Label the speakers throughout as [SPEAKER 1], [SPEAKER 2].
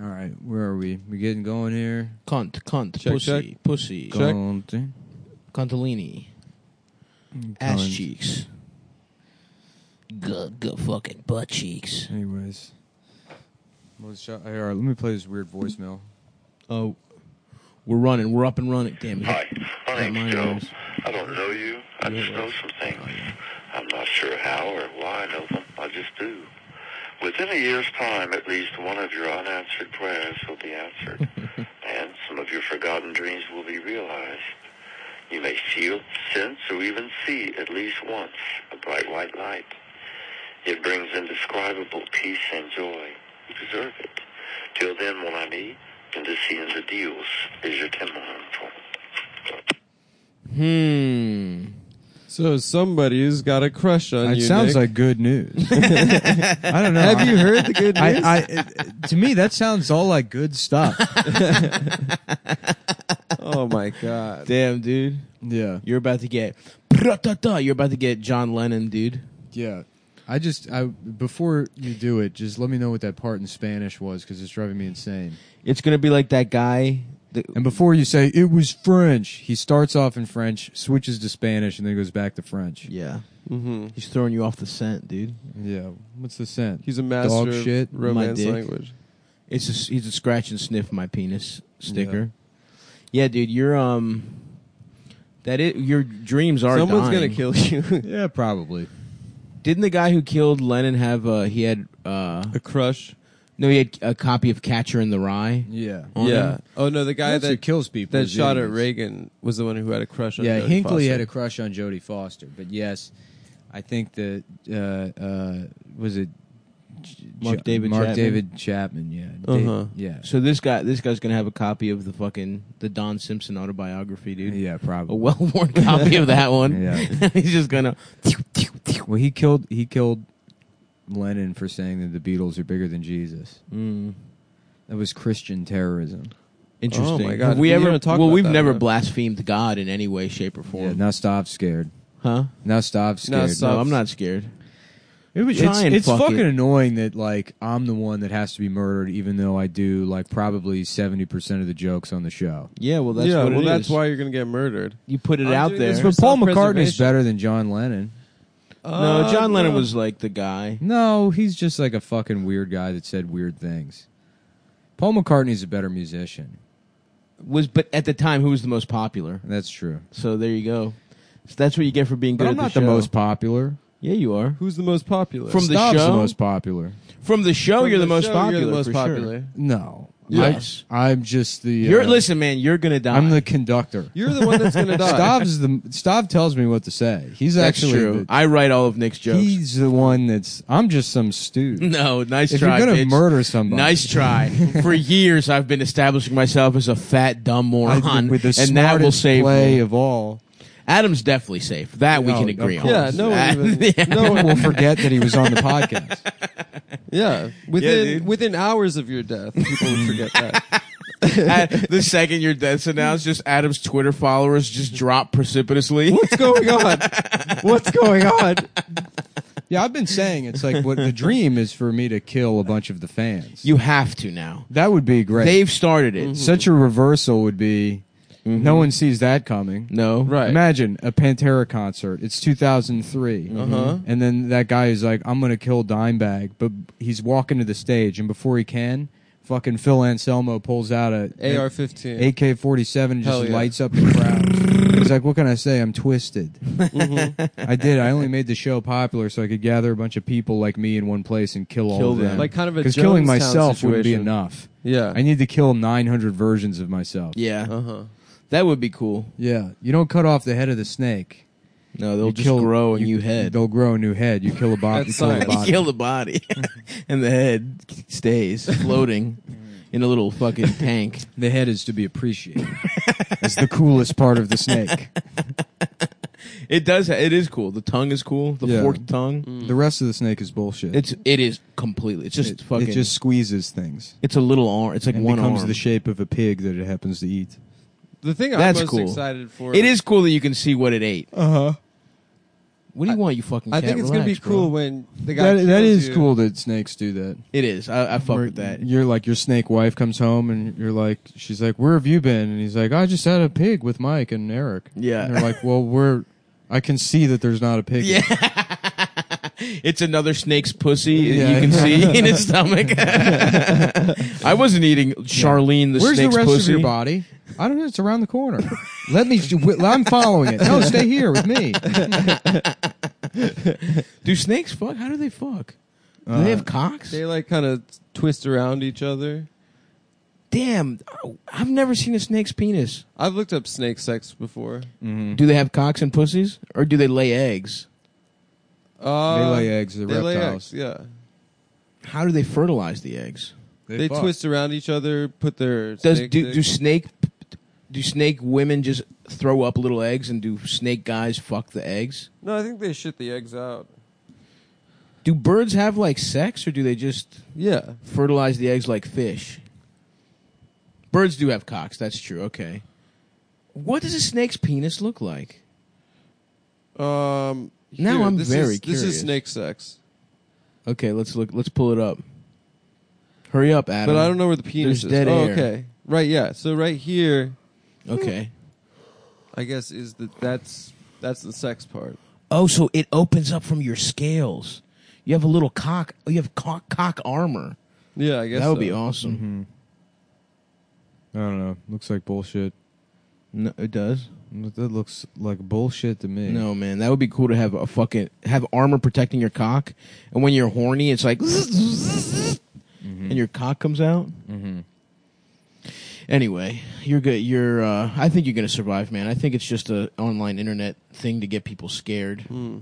[SPEAKER 1] All right, where are we? We getting going here?
[SPEAKER 2] Cunt, cunt,
[SPEAKER 1] Check,
[SPEAKER 2] pussy, pussy,
[SPEAKER 1] Check. Going thing?
[SPEAKER 2] cuntellini, ass cheeks, good, good fucking butt cheeks.
[SPEAKER 1] Anyways, let's shot. All right, let me play this weird voicemail.
[SPEAKER 2] Oh, we're running, we're up and running. Damn it!
[SPEAKER 3] Hi, my
[SPEAKER 2] Got mine
[SPEAKER 3] name's Joe.
[SPEAKER 2] almost.
[SPEAKER 3] I don't know you. I
[SPEAKER 2] Yeah,
[SPEAKER 3] just
[SPEAKER 2] it
[SPEAKER 3] know
[SPEAKER 2] was.
[SPEAKER 3] some things. I'm not sure how or why I know them. I just do. Within a year's time, at least one of your unanswered prayers will be answered, and some of your forgotten dreams will be realized. You may feel, sense, or even see at least once a bright white light. It brings indescribable peace and joy. You deserve it. Till then, mon ami, and this is the deals is your temple.
[SPEAKER 2] Hmm.
[SPEAKER 4] So somebody's got a crush on
[SPEAKER 1] It
[SPEAKER 4] you.
[SPEAKER 1] sounds
[SPEAKER 4] Nick.
[SPEAKER 1] like good news. I don't know.
[SPEAKER 4] Have
[SPEAKER 1] I-
[SPEAKER 4] you heard the good news?
[SPEAKER 1] I, I, it- to me, that sounds all like good stuff.
[SPEAKER 4] oh my god.
[SPEAKER 2] Damn, dude,
[SPEAKER 1] yeah,
[SPEAKER 2] you're about to get. You're about to get John Lennon, dude.
[SPEAKER 1] yeah. I just, I before you do it, just let me know what that part in Spanish was because it's driving me insane.
[SPEAKER 2] It's gonna be like that guy. that-
[SPEAKER 1] And before you say it was French, he starts off in French, switches to Spanish, and then goes back to French.
[SPEAKER 2] yeah,
[SPEAKER 4] Mm-hmm.
[SPEAKER 2] he's throwing you off the scent, dude.
[SPEAKER 1] Yeah. What's the scent?
[SPEAKER 4] He's a master
[SPEAKER 1] Dog
[SPEAKER 4] of
[SPEAKER 1] shit, my
[SPEAKER 4] romance
[SPEAKER 2] dick.
[SPEAKER 4] language.
[SPEAKER 2] It's just he's a scratch and sniff my penis sticker. Yeah, dude, you're um. That it, your dreams are.
[SPEAKER 4] Someone's
[SPEAKER 2] dying.
[SPEAKER 4] gonna kill you.
[SPEAKER 1] Yeah, probably.
[SPEAKER 2] Didn't the guy who killed Lennon have uh he had uh
[SPEAKER 4] a crush.
[SPEAKER 2] no he had a copy of Catcher in the Rye?
[SPEAKER 1] Yeah.
[SPEAKER 2] On
[SPEAKER 4] yeah.
[SPEAKER 2] him?
[SPEAKER 4] Oh no, the guy
[SPEAKER 1] That's who
[SPEAKER 4] that
[SPEAKER 1] kills people.
[SPEAKER 4] that
[SPEAKER 1] is
[SPEAKER 4] shot at
[SPEAKER 1] idiots.
[SPEAKER 4] Reagan was the one who had a crush on.
[SPEAKER 1] Yeah,
[SPEAKER 4] Jodie
[SPEAKER 1] Hinckley
[SPEAKER 4] Foster.
[SPEAKER 1] had a crush on Jodie Foster, but yes, I think that uh, uh, was it J-
[SPEAKER 2] Mark
[SPEAKER 1] J-
[SPEAKER 2] David
[SPEAKER 1] Mark
[SPEAKER 2] Chapman?
[SPEAKER 1] David Chapman. Yeah, Da-
[SPEAKER 4] Uh-huh.
[SPEAKER 1] yeah,
[SPEAKER 2] So this guy this guy's gonna have a copy of the fucking the Don Simpson autobiography, dude.
[SPEAKER 1] yeah,
[SPEAKER 2] A
[SPEAKER 1] probably.
[SPEAKER 2] well worn copy of that one.
[SPEAKER 1] Yeah.
[SPEAKER 2] He's just gonna
[SPEAKER 1] Well, he killed he killed Lennon for saying that the Beatles are bigger than Jesus.
[SPEAKER 2] Mm.
[SPEAKER 1] That was Christian terrorism.
[SPEAKER 2] Interesting.
[SPEAKER 4] Oh, my God.
[SPEAKER 2] Have we
[SPEAKER 4] We
[SPEAKER 2] ever
[SPEAKER 4] don't talk
[SPEAKER 2] Well
[SPEAKER 4] about
[SPEAKER 2] we've
[SPEAKER 4] that
[SPEAKER 2] never
[SPEAKER 4] enough.
[SPEAKER 2] blasphemed God in any way, shape or form.
[SPEAKER 1] Yeah, now stop scared.
[SPEAKER 2] Huh?
[SPEAKER 1] Now stop scared.
[SPEAKER 4] Now
[SPEAKER 2] No,
[SPEAKER 4] stop.
[SPEAKER 2] I'm not scared.
[SPEAKER 1] It was,
[SPEAKER 2] Try
[SPEAKER 1] it's
[SPEAKER 2] and
[SPEAKER 1] it's
[SPEAKER 2] fuck
[SPEAKER 1] fucking
[SPEAKER 2] it.
[SPEAKER 1] annoying that like I'm the one that has to be murdered, even though I do like probably seventy percent of the jokes on the show.
[SPEAKER 2] Yeah, well that's
[SPEAKER 4] yeah,
[SPEAKER 2] what
[SPEAKER 4] well,
[SPEAKER 2] it
[SPEAKER 4] that's
[SPEAKER 2] is.
[SPEAKER 4] why you're gonna get murdered.
[SPEAKER 2] you put it
[SPEAKER 4] I'm
[SPEAKER 2] out
[SPEAKER 4] doing
[SPEAKER 2] there.
[SPEAKER 4] this for
[SPEAKER 1] But Paul McCartney's
[SPEAKER 4] Self-preservation.
[SPEAKER 1] better than John Lennon.
[SPEAKER 2] no,
[SPEAKER 4] Uh,
[SPEAKER 2] John Lennon
[SPEAKER 4] no.
[SPEAKER 2] was like the guy.
[SPEAKER 1] No, he's just like a fucking weird guy that said weird things. Paul McCartney's a better musician.
[SPEAKER 2] Was but at the time who was the most popular?
[SPEAKER 1] That's true.
[SPEAKER 2] So there you go. So that's what you get for being good.
[SPEAKER 1] But
[SPEAKER 2] at
[SPEAKER 1] I'm not
[SPEAKER 2] the,
[SPEAKER 1] the,
[SPEAKER 2] show.
[SPEAKER 1] most popular.
[SPEAKER 2] Yeah, you are.
[SPEAKER 4] Who's the most popular?
[SPEAKER 2] From the
[SPEAKER 1] Stop's
[SPEAKER 2] show?
[SPEAKER 1] the most popular.
[SPEAKER 2] From the show,
[SPEAKER 4] From
[SPEAKER 2] you're the, most
[SPEAKER 4] show,
[SPEAKER 2] popular.
[SPEAKER 4] You're the most
[SPEAKER 2] for sure.
[SPEAKER 4] popular.
[SPEAKER 1] No.
[SPEAKER 2] Yes.
[SPEAKER 1] I, am just the.
[SPEAKER 2] You're
[SPEAKER 1] uh,
[SPEAKER 2] listen, man. You're gonna die.
[SPEAKER 1] I'm the conductor.
[SPEAKER 4] You're the one that's gonna die.
[SPEAKER 1] Stav's the Stav tells me what to say. He's
[SPEAKER 2] That's
[SPEAKER 1] actually
[SPEAKER 2] true.
[SPEAKER 1] the-
[SPEAKER 2] I write all of Nick's jokes.
[SPEAKER 1] he's the one that's. I'm just some stew.
[SPEAKER 2] no, nice
[SPEAKER 1] if
[SPEAKER 2] try.
[SPEAKER 1] you're gonna
[SPEAKER 2] bitch.
[SPEAKER 1] murder somebody,
[SPEAKER 2] Nice try. For years, I've been establishing myself as a fat dumb
[SPEAKER 1] I-
[SPEAKER 2] moron,
[SPEAKER 1] with the
[SPEAKER 2] and that will
[SPEAKER 1] smartest
[SPEAKER 2] save
[SPEAKER 1] play
[SPEAKER 2] me.
[SPEAKER 1] of all.
[SPEAKER 2] Adam's definitely safe. That we
[SPEAKER 1] No,
[SPEAKER 2] can
[SPEAKER 1] of
[SPEAKER 2] agree on.
[SPEAKER 1] course.
[SPEAKER 4] yeah, no one even.
[SPEAKER 2] Yeah.
[SPEAKER 1] No one will forget that he was on the podcast.
[SPEAKER 4] Yeah, within
[SPEAKER 2] dude.
[SPEAKER 4] within hours of your death, people would forget that.
[SPEAKER 2] At- the second your death's announced, just Adam's Twitter followers just drop precipitously.
[SPEAKER 4] What's going on? What's going on?
[SPEAKER 1] Yeah, I've been saying it's like what the dream is for me to kill a bunch of the fans.
[SPEAKER 2] You have to now.
[SPEAKER 1] that would be great.
[SPEAKER 2] They've started it.
[SPEAKER 1] Such a reversal would be.
[SPEAKER 2] Mm-hmm.
[SPEAKER 1] No one sees that coming.
[SPEAKER 2] No.
[SPEAKER 4] Right.
[SPEAKER 1] Imagine a Pantera concert. It's 2003,
[SPEAKER 2] Mm-hmm.
[SPEAKER 1] and then that guy is like, "I'm gonna kill Dimebag," but he's walking to the stage, and before he can, fucking Phil Anselmo pulls out a
[SPEAKER 4] AR-15.
[SPEAKER 1] AK-47, and just
[SPEAKER 4] Hell yeah.
[SPEAKER 1] lights up the crowd. he's like, "What can I say? I'm twisted.
[SPEAKER 2] Mm-hmm.
[SPEAKER 1] I did. I only made the show popular so I could gather a bunch of people like me in one place and kill, all
[SPEAKER 2] Kill
[SPEAKER 1] of
[SPEAKER 2] them.
[SPEAKER 1] them.
[SPEAKER 4] Like kind of a
[SPEAKER 1] because killing
[SPEAKER 4] Jonestown
[SPEAKER 1] myself wouldn't be
[SPEAKER 4] situation.
[SPEAKER 1] enough.
[SPEAKER 4] Yeah.
[SPEAKER 1] I need to kill 900 versions of myself.
[SPEAKER 2] Yeah.
[SPEAKER 4] Uh huh.
[SPEAKER 2] That would be cool.
[SPEAKER 1] Yeah, you don't cut off the head of the snake.
[SPEAKER 2] No, they'll
[SPEAKER 1] You
[SPEAKER 2] just
[SPEAKER 1] kill-
[SPEAKER 2] grow a
[SPEAKER 1] you-
[SPEAKER 2] new head.
[SPEAKER 1] They'll grow a new head. You kill a body.
[SPEAKER 4] That's
[SPEAKER 1] you kill a
[SPEAKER 4] science.
[SPEAKER 1] body.
[SPEAKER 2] Kill the body, and the head stays floating in a little fucking tank.
[SPEAKER 1] the head is to be appreciated. it's the coolest part of the snake.
[SPEAKER 2] It does. ha- It is cool. The tongue is cool. The
[SPEAKER 1] Yeah.
[SPEAKER 2] forked tongue.
[SPEAKER 1] The rest of the snake is bullshit.
[SPEAKER 2] Mm. It's. It is completely. It's just
[SPEAKER 1] it,
[SPEAKER 2] fucking.
[SPEAKER 1] it just squeezes things
[SPEAKER 2] It's a little arm. It's like
[SPEAKER 1] and
[SPEAKER 2] one
[SPEAKER 1] becomes
[SPEAKER 2] arm.
[SPEAKER 1] the shape of a pig that it happens to eat.
[SPEAKER 4] The thing I'm
[SPEAKER 2] That's
[SPEAKER 4] most
[SPEAKER 2] cool.
[SPEAKER 4] excited for
[SPEAKER 2] it is cool that you can see what it ate.
[SPEAKER 1] Uh huh.
[SPEAKER 2] What do you want, you fucking?
[SPEAKER 4] I
[SPEAKER 2] cat?
[SPEAKER 4] think it's gonna be
[SPEAKER 2] Relax, bro.
[SPEAKER 4] cool when the guy.
[SPEAKER 1] That, that
[SPEAKER 4] kills
[SPEAKER 1] is
[SPEAKER 4] you.
[SPEAKER 1] cool that snakes do that.
[SPEAKER 2] It is. I, I fuck
[SPEAKER 1] Where
[SPEAKER 2] with that.
[SPEAKER 1] You're like your snake wife comes home and you're like, she's like, where have you been? And he's like, I just had a pig with Mike and Eric.
[SPEAKER 2] Yeah.
[SPEAKER 1] And they're like, well, we're, I can see that there's not a pig.
[SPEAKER 2] Yeah. it's another snake's pussy
[SPEAKER 1] Yeah.
[SPEAKER 2] you can see in its stomach. I wasn't eating Charlene the
[SPEAKER 1] Where's the
[SPEAKER 2] snake's
[SPEAKER 1] rest
[SPEAKER 2] pussy.
[SPEAKER 1] of your body? I don't know. It's around the corner. Let me. I'm following it. No, stay here with me.
[SPEAKER 2] do snakes fuck? How do they fuck? Do
[SPEAKER 1] Uh,
[SPEAKER 2] they have cocks?
[SPEAKER 4] They like kind of twist around each other.
[SPEAKER 2] Damn, I- I've never seen a snake's penis.
[SPEAKER 4] I've looked up snake sex before.
[SPEAKER 2] Do they have cocks and pussies, or do they lay eggs?
[SPEAKER 4] Uh,
[SPEAKER 1] They lay eggs. The
[SPEAKER 4] they lay
[SPEAKER 1] reptiles.
[SPEAKER 4] eggs, yeah,
[SPEAKER 2] How do they fertilize the eggs?
[SPEAKER 4] they,
[SPEAKER 1] fuck.
[SPEAKER 4] twist around each other. Put their
[SPEAKER 2] Does
[SPEAKER 4] snake
[SPEAKER 2] do,
[SPEAKER 4] dick-
[SPEAKER 2] do snake do snake women just throw up little eggs, and do snake guys fuck the eggs?
[SPEAKER 4] no? I think they shit the eggs out.
[SPEAKER 2] Do birds have like sex, or do they just
[SPEAKER 4] Yeah,
[SPEAKER 2] fertilize the eggs like fish. Birds do have cocks. That's true. Okay. What does a snake's penis look like?
[SPEAKER 4] Um,
[SPEAKER 2] Now
[SPEAKER 4] here,
[SPEAKER 2] I'm
[SPEAKER 4] this
[SPEAKER 2] very
[SPEAKER 4] is, This
[SPEAKER 2] curious.
[SPEAKER 4] is snake sex,
[SPEAKER 2] Okay, let's look. Let's pull it up. Hurry up, Adam.
[SPEAKER 4] but I don't know where the penis
[SPEAKER 2] There's
[SPEAKER 4] is.
[SPEAKER 2] dead
[SPEAKER 4] oh,
[SPEAKER 2] air.
[SPEAKER 4] okay, right? Yeah. So right here,
[SPEAKER 2] Okay.
[SPEAKER 4] I guess is that that's that's the sex part.
[SPEAKER 2] Oh, so it opens up from your scales. You have a little cock. You have cock, cock armor. Mm-hmm.
[SPEAKER 4] Yeah, I guess
[SPEAKER 2] That would
[SPEAKER 4] so.
[SPEAKER 2] be awesome.
[SPEAKER 1] Mhm. I don't know. Looks like bullshit.
[SPEAKER 2] No, it does.
[SPEAKER 1] That looks like bullshit to me.
[SPEAKER 2] No, man, that would be cool to have a fucking have armor protecting your cock, and when you're horny, it's like, and your cock comes out.
[SPEAKER 1] Mm-hmm.
[SPEAKER 2] Anyway, you're good. You're. Uh, I think you're gonna survive, man. I think it's just a online internet thing to get people scared.
[SPEAKER 4] Hmm.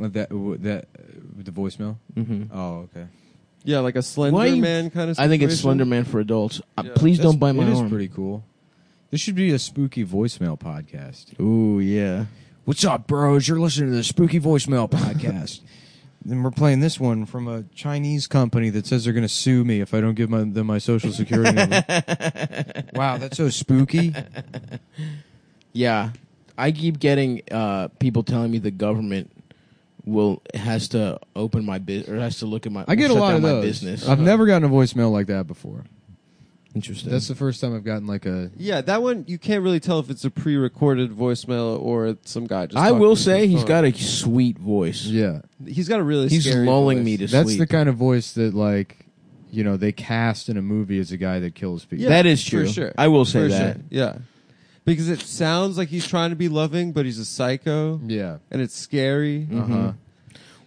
[SPEAKER 1] That w- that uh, the voicemail.
[SPEAKER 2] Mm-hmm.
[SPEAKER 1] Oh, okay.
[SPEAKER 4] Yeah, like a Slender
[SPEAKER 2] Why you-
[SPEAKER 4] Man kind of.
[SPEAKER 2] I think it's Slender
[SPEAKER 4] situation.
[SPEAKER 2] Man for adults. Uh,
[SPEAKER 4] Yeah.
[SPEAKER 2] please
[SPEAKER 1] That's-
[SPEAKER 2] don't buy my
[SPEAKER 1] It is
[SPEAKER 2] arm.
[SPEAKER 1] pretty cool. This should be a spooky voicemail podcast.
[SPEAKER 2] Ooh yeah.
[SPEAKER 1] What's up, bros? You're listening to the Spooky Voicemail Podcast. Then we're playing this one from a Chinese company that says they're going to sue me if I don't give my, them my social security number. wow, that's so spooky.
[SPEAKER 2] Yeah, I keep getting uh, people telling me the government will has to open my business or has to look at my.
[SPEAKER 1] I get a
[SPEAKER 2] shut
[SPEAKER 1] lot
[SPEAKER 2] down
[SPEAKER 1] of
[SPEAKER 2] my
[SPEAKER 1] those.
[SPEAKER 2] business.
[SPEAKER 1] I've never gotten a voicemail like that before.
[SPEAKER 2] Interesting.
[SPEAKER 1] That's the first time I've gotten like a.
[SPEAKER 4] Yeah, that one you can't really tell if it's a pre-recorded voicemail or it's some guy. Just
[SPEAKER 2] I
[SPEAKER 4] talking
[SPEAKER 2] will
[SPEAKER 4] to
[SPEAKER 2] say
[SPEAKER 4] the
[SPEAKER 2] he's
[SPEAKER 4] phone.
[SPEAKER 2] got a sweet voice.
[SPEAKER 1] Yeah,
[SPEAKER 4] He's got a really.
[SPEAKER 2] He's
[SPEAKER 4] scary
[SPEAKER 2] lulling
[SPEAKER 4] voice.
[SPEAKER 2] me to
[SPEAKER 1] that's
[SPEAKER 2] sleep.
[SPEAKER 1] the kind of voice that like, you know, they cast in a movie as a guy that kills people.
[SPEAKER 4] Yeah,
[SPEAKER 2] That is true.
[SPEAKER 4] For sure.
[SPEAKER 2] I will say
[SPEAKER 4] For
[SPEAKER 2] that.
[SPEAKER 4] sure, Yeah, because it sounds like he's trying to be loving, but he's a psycho,
[SPEAKER 1] Yeah.
[SPEAKER 4] and it's scary. Mm-hmm.
[SPEAKER 1] Uh
[SPEAKER 2] Uh-huh.
[SPEAKER 1] huh.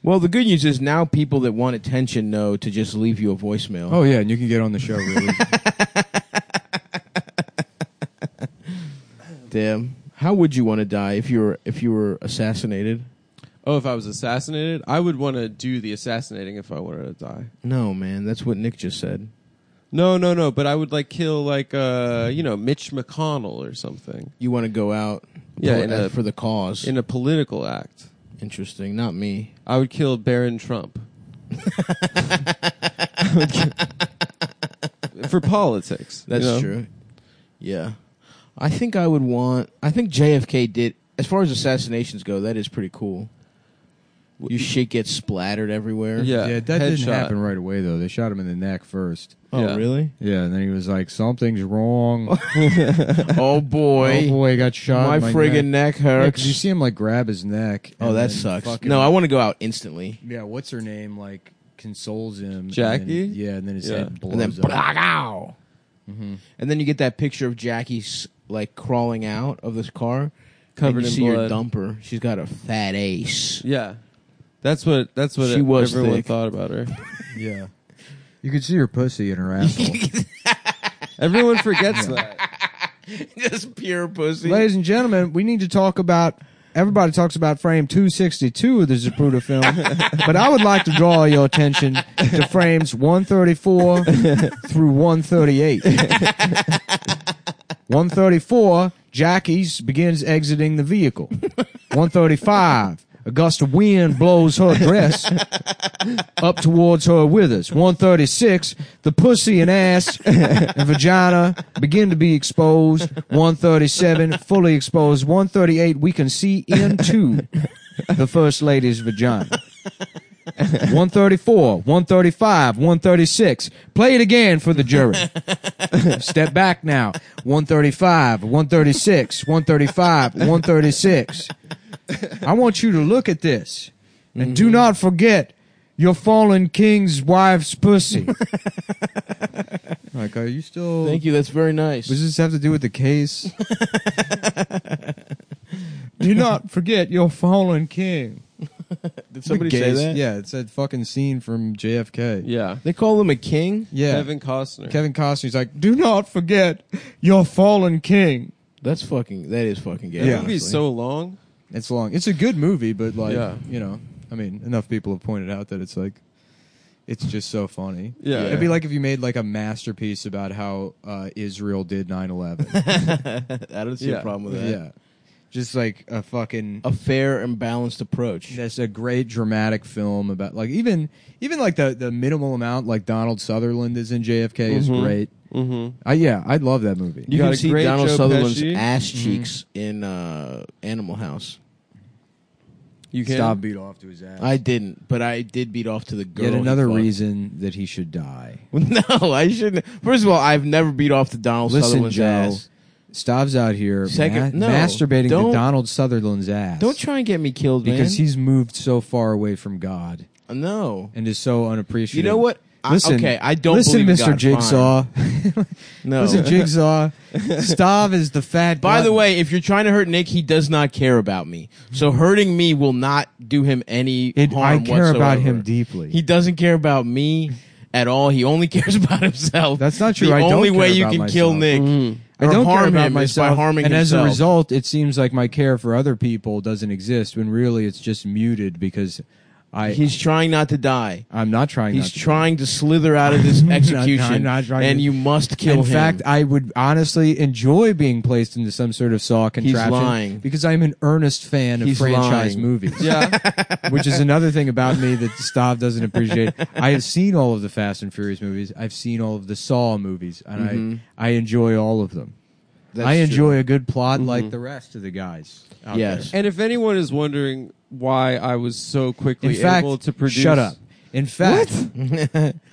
[SPEAKER 2] Well, the good news is now people that want attention know to just leave you a voicemail.
[SPEAKER 1] Oh yeah, and you can get on the show. Really.
[SPEAKER 2] damn! How would you want to die if you were if you were assassinated?
[SPEAKER 4] Oh, if I was assassinated, I would want to do the assassinating if I wanted to die.
[SPEAKER 2] No, man, that's what Nick just said.
[SPEAKER 4] No, no, no. But I would like kill like uh you know Mitch McConnell or something
[SPEAKER 2] You want to go out,
[SPEAKER 4] Yeah,
[SPEAKER 2] for,
[SPEAKER 4] in
[SPEAKER 2] uh,
[SPEAKER 4] a-
[SPEAKER 2] for the cause.
[SPEAKER 4] in a political act.
[SPEAKER 2] Interesting, not me.
[SPEAKER 4] I would kill Barron Trump. For politics,
[SPEAKER 2] That's
[SPEAKER 4] you know?
[SPEAKER 2] true. Yeah, I think I would want. I think JFK did. As far as assassinations go, that is pretty cool. Your shit gets splattered everywhere.
[SPEAKER 4] Yeah,
[SPEAKER 1] yeah, that didn't
[SPEAKER 4] headshot.
[SPEAKER 1] happen right away though. They shot him in the neck first.
[SPEAKER 2] Oh,
[SPEAKER 4] Yeah.
[SPEAKER 2] really?
[SPEAKER 1] Yeah, and then he was like, "Something's wrong."
[SPEAKER 2] oh boy.
[SPEAKER 1] Oh boy, I got shot.
[SPEAKER 2] My,
[SPEAKER 1] in
[SPEAKER 2] friggin' neck,
[SPEAKER 1] Yeah,
[SPEAKER 2] hurts.
[SPEAKER 1] 'cause you see him like grab his neck.
[SPEAKER 2] Oh,
[SPEAKER 1] and
[SPEAKER 2] that
[SPEAKER 1] then
[SPEAKER 2] sucks.
[SPEAKER 1] fucking-
[SPEAKER 2] No, I want to go out instantly.
[SPEAKER 1] yeah, what's her name? Like consoles him. and
[SPEAKER 4] Jackie?
[SPEAKER 1] then- yeah, and then his
[SPEAKER 4] Yeah.
[SPEAKER 1] head blows
[SPEAKER 2] and then
[SPEAKER 1] up.
[SPEAKER 2] "Blagow!" and then you get that picture of Jackie's like crawling out of this car, and
[SPEAKER 4] Covered
[SPEAKER 2] you
[SPEAKER 4] in
[SPEAKER 2] see her
[SPEAKER 4] blood.
[SPEAKER 2] dumper. She's got a fat ace.
[SPEAKER 4] Yeah, that's what that's what
[SPEAKER 2] She was
[SPEAKER 4] everyone
[SPEAKER 2] thick.
[SPEAKER 4] thought about her.
[SPEAKER 1] Yeah, you could see her pussy in her asshole.
[SPEAKER 4] Everyone forgets that.
[SPEAKER 2] Just pure pussy.
[SPEAKER 1] Ladies and gentlemen, we need to talk about. Everybody talks about frame 262 of the Zapruder film, but I would like to draw your attention to frames 134 through 138. 134, Jackie's begins exiting the vehicle. 135, a gust of wind blows her dress up towards her withers. 136, the pussy and ass and vagina begin to be exposed. 137, fully exposed. 138, we can see into. the first lady's vagina. 134, 135, 136. Play it again for the jury. Step back now. 135, 136, 135, 136. I want you to look at this. And do not forget your fallen king's wife's pussy. like, are you still.
[SPEAKER 2] Thank you. That's very nice.
[SPEAKER 1] Does this have to do with the case? Do not forget your fallen king.
[SPEAKER 2] Did somebody say
[SPEAKER 1] Gays-
[SPEAKER 2] that?
[SPEAKER 1] Yeah, it's that fucking scene from JFK.
[SPEAKER 4] Yeah.
[SPEAKER 2] They call him a king.
[SPEAKER 1] Yeah.
[SPEAKER 4] Kevin Costner.
[SPEAKER 1] Kevin Costner's like, do not forget your fallen king.
[SPEAKER 2] That's fucking. That is fucking gay.
[SPEAKER 1] Yeah.
[SPEAKER 4] the movie's
[SPEAKER 2] honestly.
[SPEAKER 4] so long.
[SPEAKER 1] It's long. It's a good movie, but like,
[SPEAKER 4] Yeah.
[SPEAKER 1] you know, I mean, enough people have pointed out that it's like, it's just so funny.
[SPEAKER 4] Yeah.
[SPEAKER 1] It'd be like if you made like a masterpiece about how uh, Israel did 9 11.
[SPEAKER 2] I don't see
[SPEAKER 4] Yeah.
[SPEAKER 2] a problem with that.
[SPEAKER 1] yeah. Just like a fucking.
[SPEAKER 2] A fair and balanced approach.
[SPEAKER 1] That's a great dramatic film about like even even like the the minimal amount like Donald Sutherland is in JFK is great.
[SPEAKER 4] Mm-hmm.
[SPEAKER 1] I yeah, I love that movie.
[SPEAKER 2] you
[SPEAKER 4] got
[SPEAKER 2] can
[SPEAKER 4] a
[SPEAKER 2] see
[SPEAKER 4] great
[SPEAKER 2] Donald
[SPEAKER 4] Joe
[SPEAKER 2] Sutherland's
[SPEAKER 4] Pesci.
[SPEAKER 2] ass cheeks in uh, Animal House.
[SPEAKER 4] You can
[SPEAKER 1] Stop beat off to his ass.
[SPEAKER 2] I didn't, but I did beat off to the girl.
[SPEAKER 1] Yet
[SPEAKER 2] he
[SPEAKER 1] another
[SPEAKER 2] fucked.
[SPEAKER 1] reason that he should die.
[SPEAKER 2] No, I shouldn't. First of all, I've never beat off to Donald
[SPEAKER 1] Listen,
[SPEAKER 2] Sutherland's
[SPEAKER 1] Joe.
[SPEAKER 2] ass.
[SPEAKER 1] Stav's out here
[SPEAKER 2] Second-
[SPEAKER 1] ma-
[SPEAKER 2] no,
[SPEAKER 1] masturbating to
[SPEAKER 2] don't-
[SPEAKER 1] Donald Sutherland's ass.
[SPEAKER 2] Don't try and get me killed,
[SPEAKER 1] because
[SPEAKER 2] man.
[SPEAKER 1] he's moved so far away from God
[SPEAKER 2] no.
[SPEAKER 1] and is so unappreciative.
[SPEAKER 2] You know what? I-
[SPEAKER 1] Listen,
[SPEAKER 2] okay, I don't
[SPEAKER 1] listen,
[SPEAKER 2] believe in
[SPEAKER 1] Mr.
[SPEAKER 2] God.
[SPEAKER 1] Jigsaw.
[SPEAKER 2] No.
[SPEAKER 1] Listen, Jigsaw. Stav is the fat.
[SPEAKER 2] By the
[SPEAKER 1] glutton.
[SPEAKER 2] way, if you're trying to hurt Nick, he does not care about me. So hurting me will not do him any
[SPEAKER 1] Mm-hmm. It- I
[SPEAKER 2] harm
[SPEAKER 1] care about him
[SPEAKER 2] whatsoever.
[SPEAKER 1] deeply.
[SPEAKER 2] He doesn't care about me at all. He only cares about himself.
[SPEAKER 1] That's not true.
[SPEAKER 2] The
[SPEAKER 1] I don't
[SPEAKER 2] only
[SPEAKER 1] care
[SPEAKER 2] way you
[SPEAKER 1] about
[SPEAKER 2] can kill Nick
[SPEAKER 1] myself. Mm. I
[SPEAKER 2] or
[SPEAKER 1] don't
[SPEAKER 2] harm
[SPEAKER 1] care about
[SPEAKER 2] him
[SPEAKER 1] myself,
[SPEAKER 2] is by harming
[SPEAKER 1] and
[SPEAKER 2] himself.
[SPEAKER 1] as a result, it seems like my care for other people doesn't exist. When really, it's just muted because I
[SPEAKER 2] he's trying not to die.
[SPEAKER 1] I'm not trying.
[SPEAKER 2] He's
[SPEAKER 1] not to
[SPEAKER 2] trying to slither out of this
[SPEAKER 1] Not-
[SPEAKER 2] execution,
[SPEAKER 1] not trying
[SPEAKER 2] and
[SPEAKER 1] to-
[SPEAKER 2] you must
[SPEAKER 1] in
[SPEAKER 2] kill him.
[SPEAKER 1] fact, I would honestly enjoy being placed into some sort of saw contraption
[SPEAKER 2] lying.
[SPEAKER 1] because I'm an earnest fan of
[SPEAKER 2] He's
[SPEAKER 1] franchise
[SPEAKER 2] lying.
[SPEAKER 1] movies.
[SPEAKER 4] Yeah.
[SPEAKER 1] which is another thing about me that Stav doesn't appreciate. I have seen all of the Fast and Furious movies. I've seen all of the Saw movies, and I I enjoy all of them.
[SPEAKER 2] Mm-hmm. That's
[SPEAKER 1] I
[SPEAKER 2] true. Mm-hmm.
[SPEAKER 1] enjoy a good plot like the rest of the guys. out
[SPEAKER 2] Yes.
[SPEAKER 1] there.
[SPEAKER 4] And if anyone is wondering why I was so quickly
[SPEAKER 1] In fact,
[SPEAKER 4] able to produce,
[SPEAKER 1] shut up. In fact,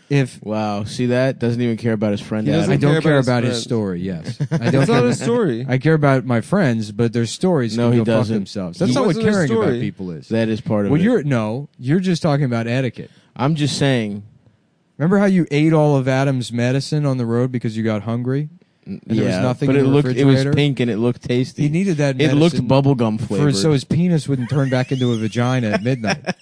[SPEAKER 1] if
[SPEAKER 2] Wow, see that doesn't even care about his friend.
[SPEAKER 4] He doesn't
[SPEAKER 1] I
[SPEAKER 2] Adam.
[SPEAKER 1] don't
[SPEAKER 4] care
[SPEAKER 1] care
[SPEAKER 4] about his
[SPEAKER 1] about his story,
[SPEAKER 4] friends.
[SPEAKER 1] yes, I don't
[SPEAKER 4] It's
[SPEAKER 1] care
[SPEAKER 4] not a story.
[SPEAKER 1] I care about my friends, but their stories
[SPEAKER 2] No,
[SPEAKER 1] can go
[SPEAKER 2] he
[SPEAKER 1] fuck
[SPEAKER 2] doesn't.
[SPEAKER 1] themselves. That's
[SPEAKER 4] He-
[SPEAKER 1] not what
[SPEAKER 4] wasn't a
[SPEAKER 1] caring about
[SPEAKER 4] story.
[SPEAKER 1] people is.
[SPEAKER 2] That is part of
[SPEAKER 1] well,
[SPEAKER 2] it.
[SPEAKER 1] you're no, you're just talking about etiquette.
[SPEAKER 2] I'm just saying.
[SPEAKER 1] Remember how you ate all of Adam's medicine on the road because you got hungry? And
[SPEAKER 2] yeah,
[SPEAKER 1] there was nothing
[SPEAKER 2] but
[SPEAKER 1] in
[SPEAKER 2] it
[SPEAKER 1] the
[SPEAKER 2] looked it
[SPEAKER 1] refrigerator?
[SPEAKER 2] was pink and it looked tasty.
[SPEAKER 1] He needed that
[SPEAKER 2] It
[SPEAKER 1] medicine
[SPEAKER 2] looked bubblegum flavored.
[SPEAKER 1] for so his penis wouldn't turn back into a vagina at midnight.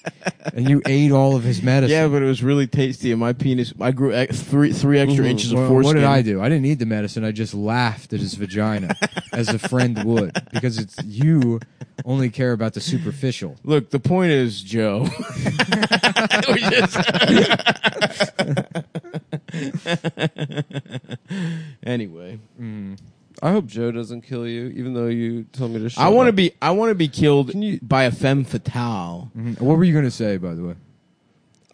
[SPEAKER 1] And you ate all of his medicine.
[SPEAKER 2] yeah, but it was really tasty, and my penis. I grew ex- three three extra inches of
[SPEAKER 1] Mm-hmm. Well,
[SPEAKER 2] foreskin.
[SPEAKER 1] what did I do? I didn't eat the medicine. I just laughed at his vagina, as a friend would, because it's you only care about the superficial.
[SPEAKER 2] Look, the point is, Joe. We just- anyway,
[SPEAKER 4] I hope Joe doesn't kill you, even though you told me to. Shut
[SPEAKER 2] I want to
[SPEAKER 4] up.
[SPEAKER 2] be I want to be killed
[SPEAKER 4] Can you-
[SPEAKER 2] by a femme fatale.
[SPEAKER 1] What were you going to say, by the way?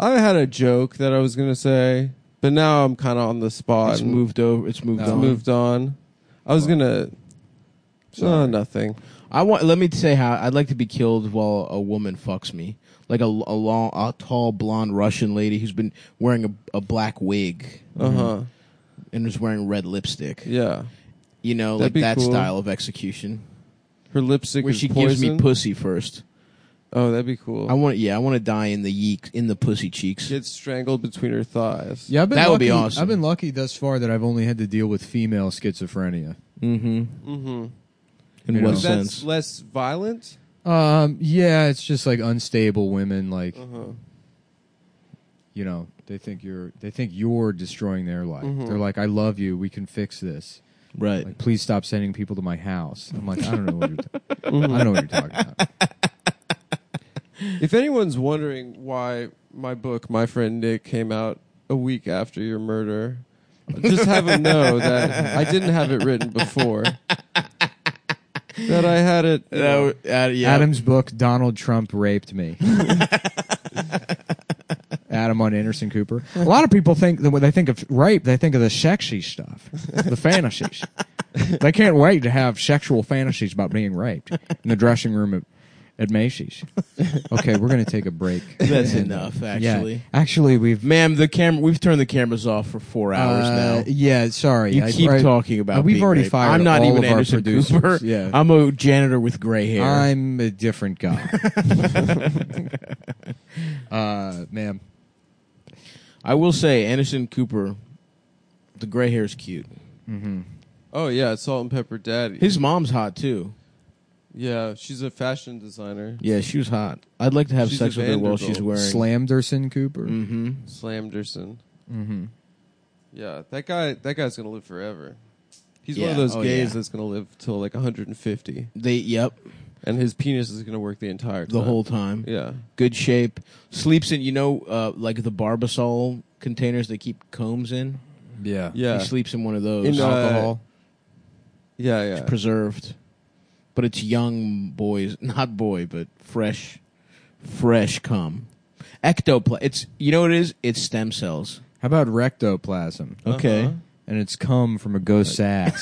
[SPEAKER 4] I had a joke that I was gonna say, but now I'm kind of on the spot.
[SPEAKER 2] It's
[SPEAKER 4] and
[SPEAKER 2] moved over. It's moved
[SPEAKER 4] it's
[SPEAKER 2] on.
[SPEAKER 4] moved on. I was gonna. Oh, nothing.
[SPEAKER 2] I want. Let me say how I'd like to be killed while a woman fucks me, like a, a long, a tall blonde Russian lady who's been wearing a, a black wig
[SPEAKER 4] Uh huh.
[SPEAKER 2] and is wearing red lipstick.
[SPEAKER 4] Yeah.
[SPEAKER 2] You know,
[SPEAKER 4] That'd
[SPEAKER 2] like
[SPEAKER 4] be
[SPEAKER 2] that
[SPEAKER 4] cool.
[SPEAKER 2] style of execution,
[SPEAKER 4] Her lipstick
[SPEAKER 2] where
[SPEAKER 4] is
[SPEAKER 2] she gives
[SPEAKER 4] poison.
[SPEAKER 2] me pussy first.
[SPEAKER 4] Oh, that'd be cool.
[SPEAKER 2] I want. Yeah, I want to die in the yeek in the pussy cheeks.
[SPEAKER 4] Get strangled between her thighs.
[SPEAKER 1] Yeah, I've been
[SPEAKER 2] That would be
[SPEAKER 1] lucky-
[SPEAKER 2] awesome.
[SPEAKER 1] I've been lucky thus far that I've only had to deal with female schizophrenia.
[SPEAKER 2] Mm-hmm.
[SPEAKER 4] Mm-hmm.
[SPEAKER 2] In
[SPEAKER 1] You
[SPEAKER 2] what
[SPEAKER 1] know.
[SPEAKER 4] That's
[SPEAKER 2] sense?
[SPEAKER 4] less violent.
[SPEAKER 2] Mm-hmm.
[SPEAKER 1] Um, yeah, it's just like unstable women, like
[SPEAKER 4] Uh huh.
[SPEAKER 2] Mm-hmm.
[SPEAKER 1] you know, they think you're they think you're destroying their life.
[SPEAKER 2] Mm-hmm.
[SPEAKER 4] Mhm.
[SPEAKER 1] They're like, "I love you. We can fix this.
[SPEAKER 2] Right.
[SPEAKER 1] Like, please stop sending people to my house." I'm like, "I don't know what you're ta- I
[SPEAKER 2] Mm-hmm.
[SPEAKER 1] don't know what you're talking about."
[SPEAKER 4] If anyone's wondering why my book, My Friend Nick, came out a week after your murder, just have them know that I didn't have it written before. That I had it. you know,
[SPEAKER 2] That w- uh, yeah.
[SPEAKER 1] Adam's book, Donald Trump raped me. Adam on Anderson Cooper. A lot of people think that when they think of rape, they think of the sexy stuff, the fantasies. they can't wait to have sexual fantasies about being raped in the dressing room at, at Macy's. okay, we're going to take a break.
[SPEAKER 2] That's
[SPEAKER 1] And,
[SPEAKER 2] enough,
[SPEAKER 1] yeah.
[SPEAKER 2] actually.
[SPEAKER 1] actually, we've
[SPEAKER 2] Ma'am, the camera. We've turned the cameras off for four hours
[SPEAKER 1] uh,
[SPEAKER 2] now.
[SPEAKER 1] Yeah, sorry.
[SPEAKER 2] You
[SPEAKER 1] I-
[SPEAKER 2] keep
[SPEAKER 1] I-
[SPEAKER 2] talking about.
[SPEAKER 1] We've
[SPEAKER 2] being
[SPEAKER 1] already
[SPEAKER 2] raped.
[SPEAKER 1] fired.
[SPEAKER 2] I'm not
[SPEAKER 1] all of
[SPEAKER 2] even
[SPEAKER 1] our
[SPEAKER 2] Anderson
[SPEAKER 1] producers.
[SPEAKER 2] Cooper.
[SPEAKER 1] Yeah,
[SPEAKER 2] I'm a janitor with gray hair.
[SPEAKER 1] I'm a different guy. uh, ma'am.
[SPEAKER 2] I will say, Anderson Cooper, the gray hair is cute.
[SPEAKER 4] Oh yeah, Salt and Pepper Daddy.
[SPEAKER 2] His mom's hot too.
[SPEAKER 4] yeah, she's a fashion designer.
[SPEAKER 2] Yeah, she was hot. I'd like to have
[SPEAKER 4] She's
[SPEAKER 2] sex
[SPEAKER 4] a
[SPEAKER 2] with her while
[SPEAKER 4] Vanderbilt.
[SPEAKER 2] she's wearing.
[SPEAKER 1] Slamderson Cooper.
[SPEAKER 2] hmm
[SPEAKER 4] Slamderson.
[SPEAKER 2] Mm-hmm.
[SPEAKER 1] Mhm.
[SPEAKER 4] Yeah, that guy. That guy's gonna live forever. He's one
[SPEAKER 2] Yeah,
[SPEAKER 4] of those
[SPEAKER 2] oh,
[SPEAKER 4] gays
[SPEAKER 2] yeah.
[SPEAKER 4] that's gonna live till like 150,
[SPEAKER 2] They yep,
[SPEAKER 4] and his penis is gonna work the entire
[SPEAKER 2] the
[SPEAKER 4] time.
[SPEAKER 2] whole time.
[SPEAKER 4] Yeah.
[SPEAKER 2] Good shape. Sleeps in you know uh, like the Barbasol containers they keep combs in.
[SPEAKER 1] Yeah.
[SPEAKER 4] Yeah.
[SPEAKER 2] He sleeps in one of those.
[SPEAKER 4] In, uh,
[SPEAKER 1] Alcohol.
[SPEAKER 4] yeah.
[SPEAKER 2] It's
[SPEAKER 4] Yeah.
[SPEAKER 2] preserved, but it's young boys, not boy, but fresh, fresh cum. Ectoplasm. It's you know what it is. It's stem cells.
[SPEAKER 1] How about rectoplasm?
[SPEAKER 2] Okay.
[SPEAKER 1] And it's come from a ghost ass.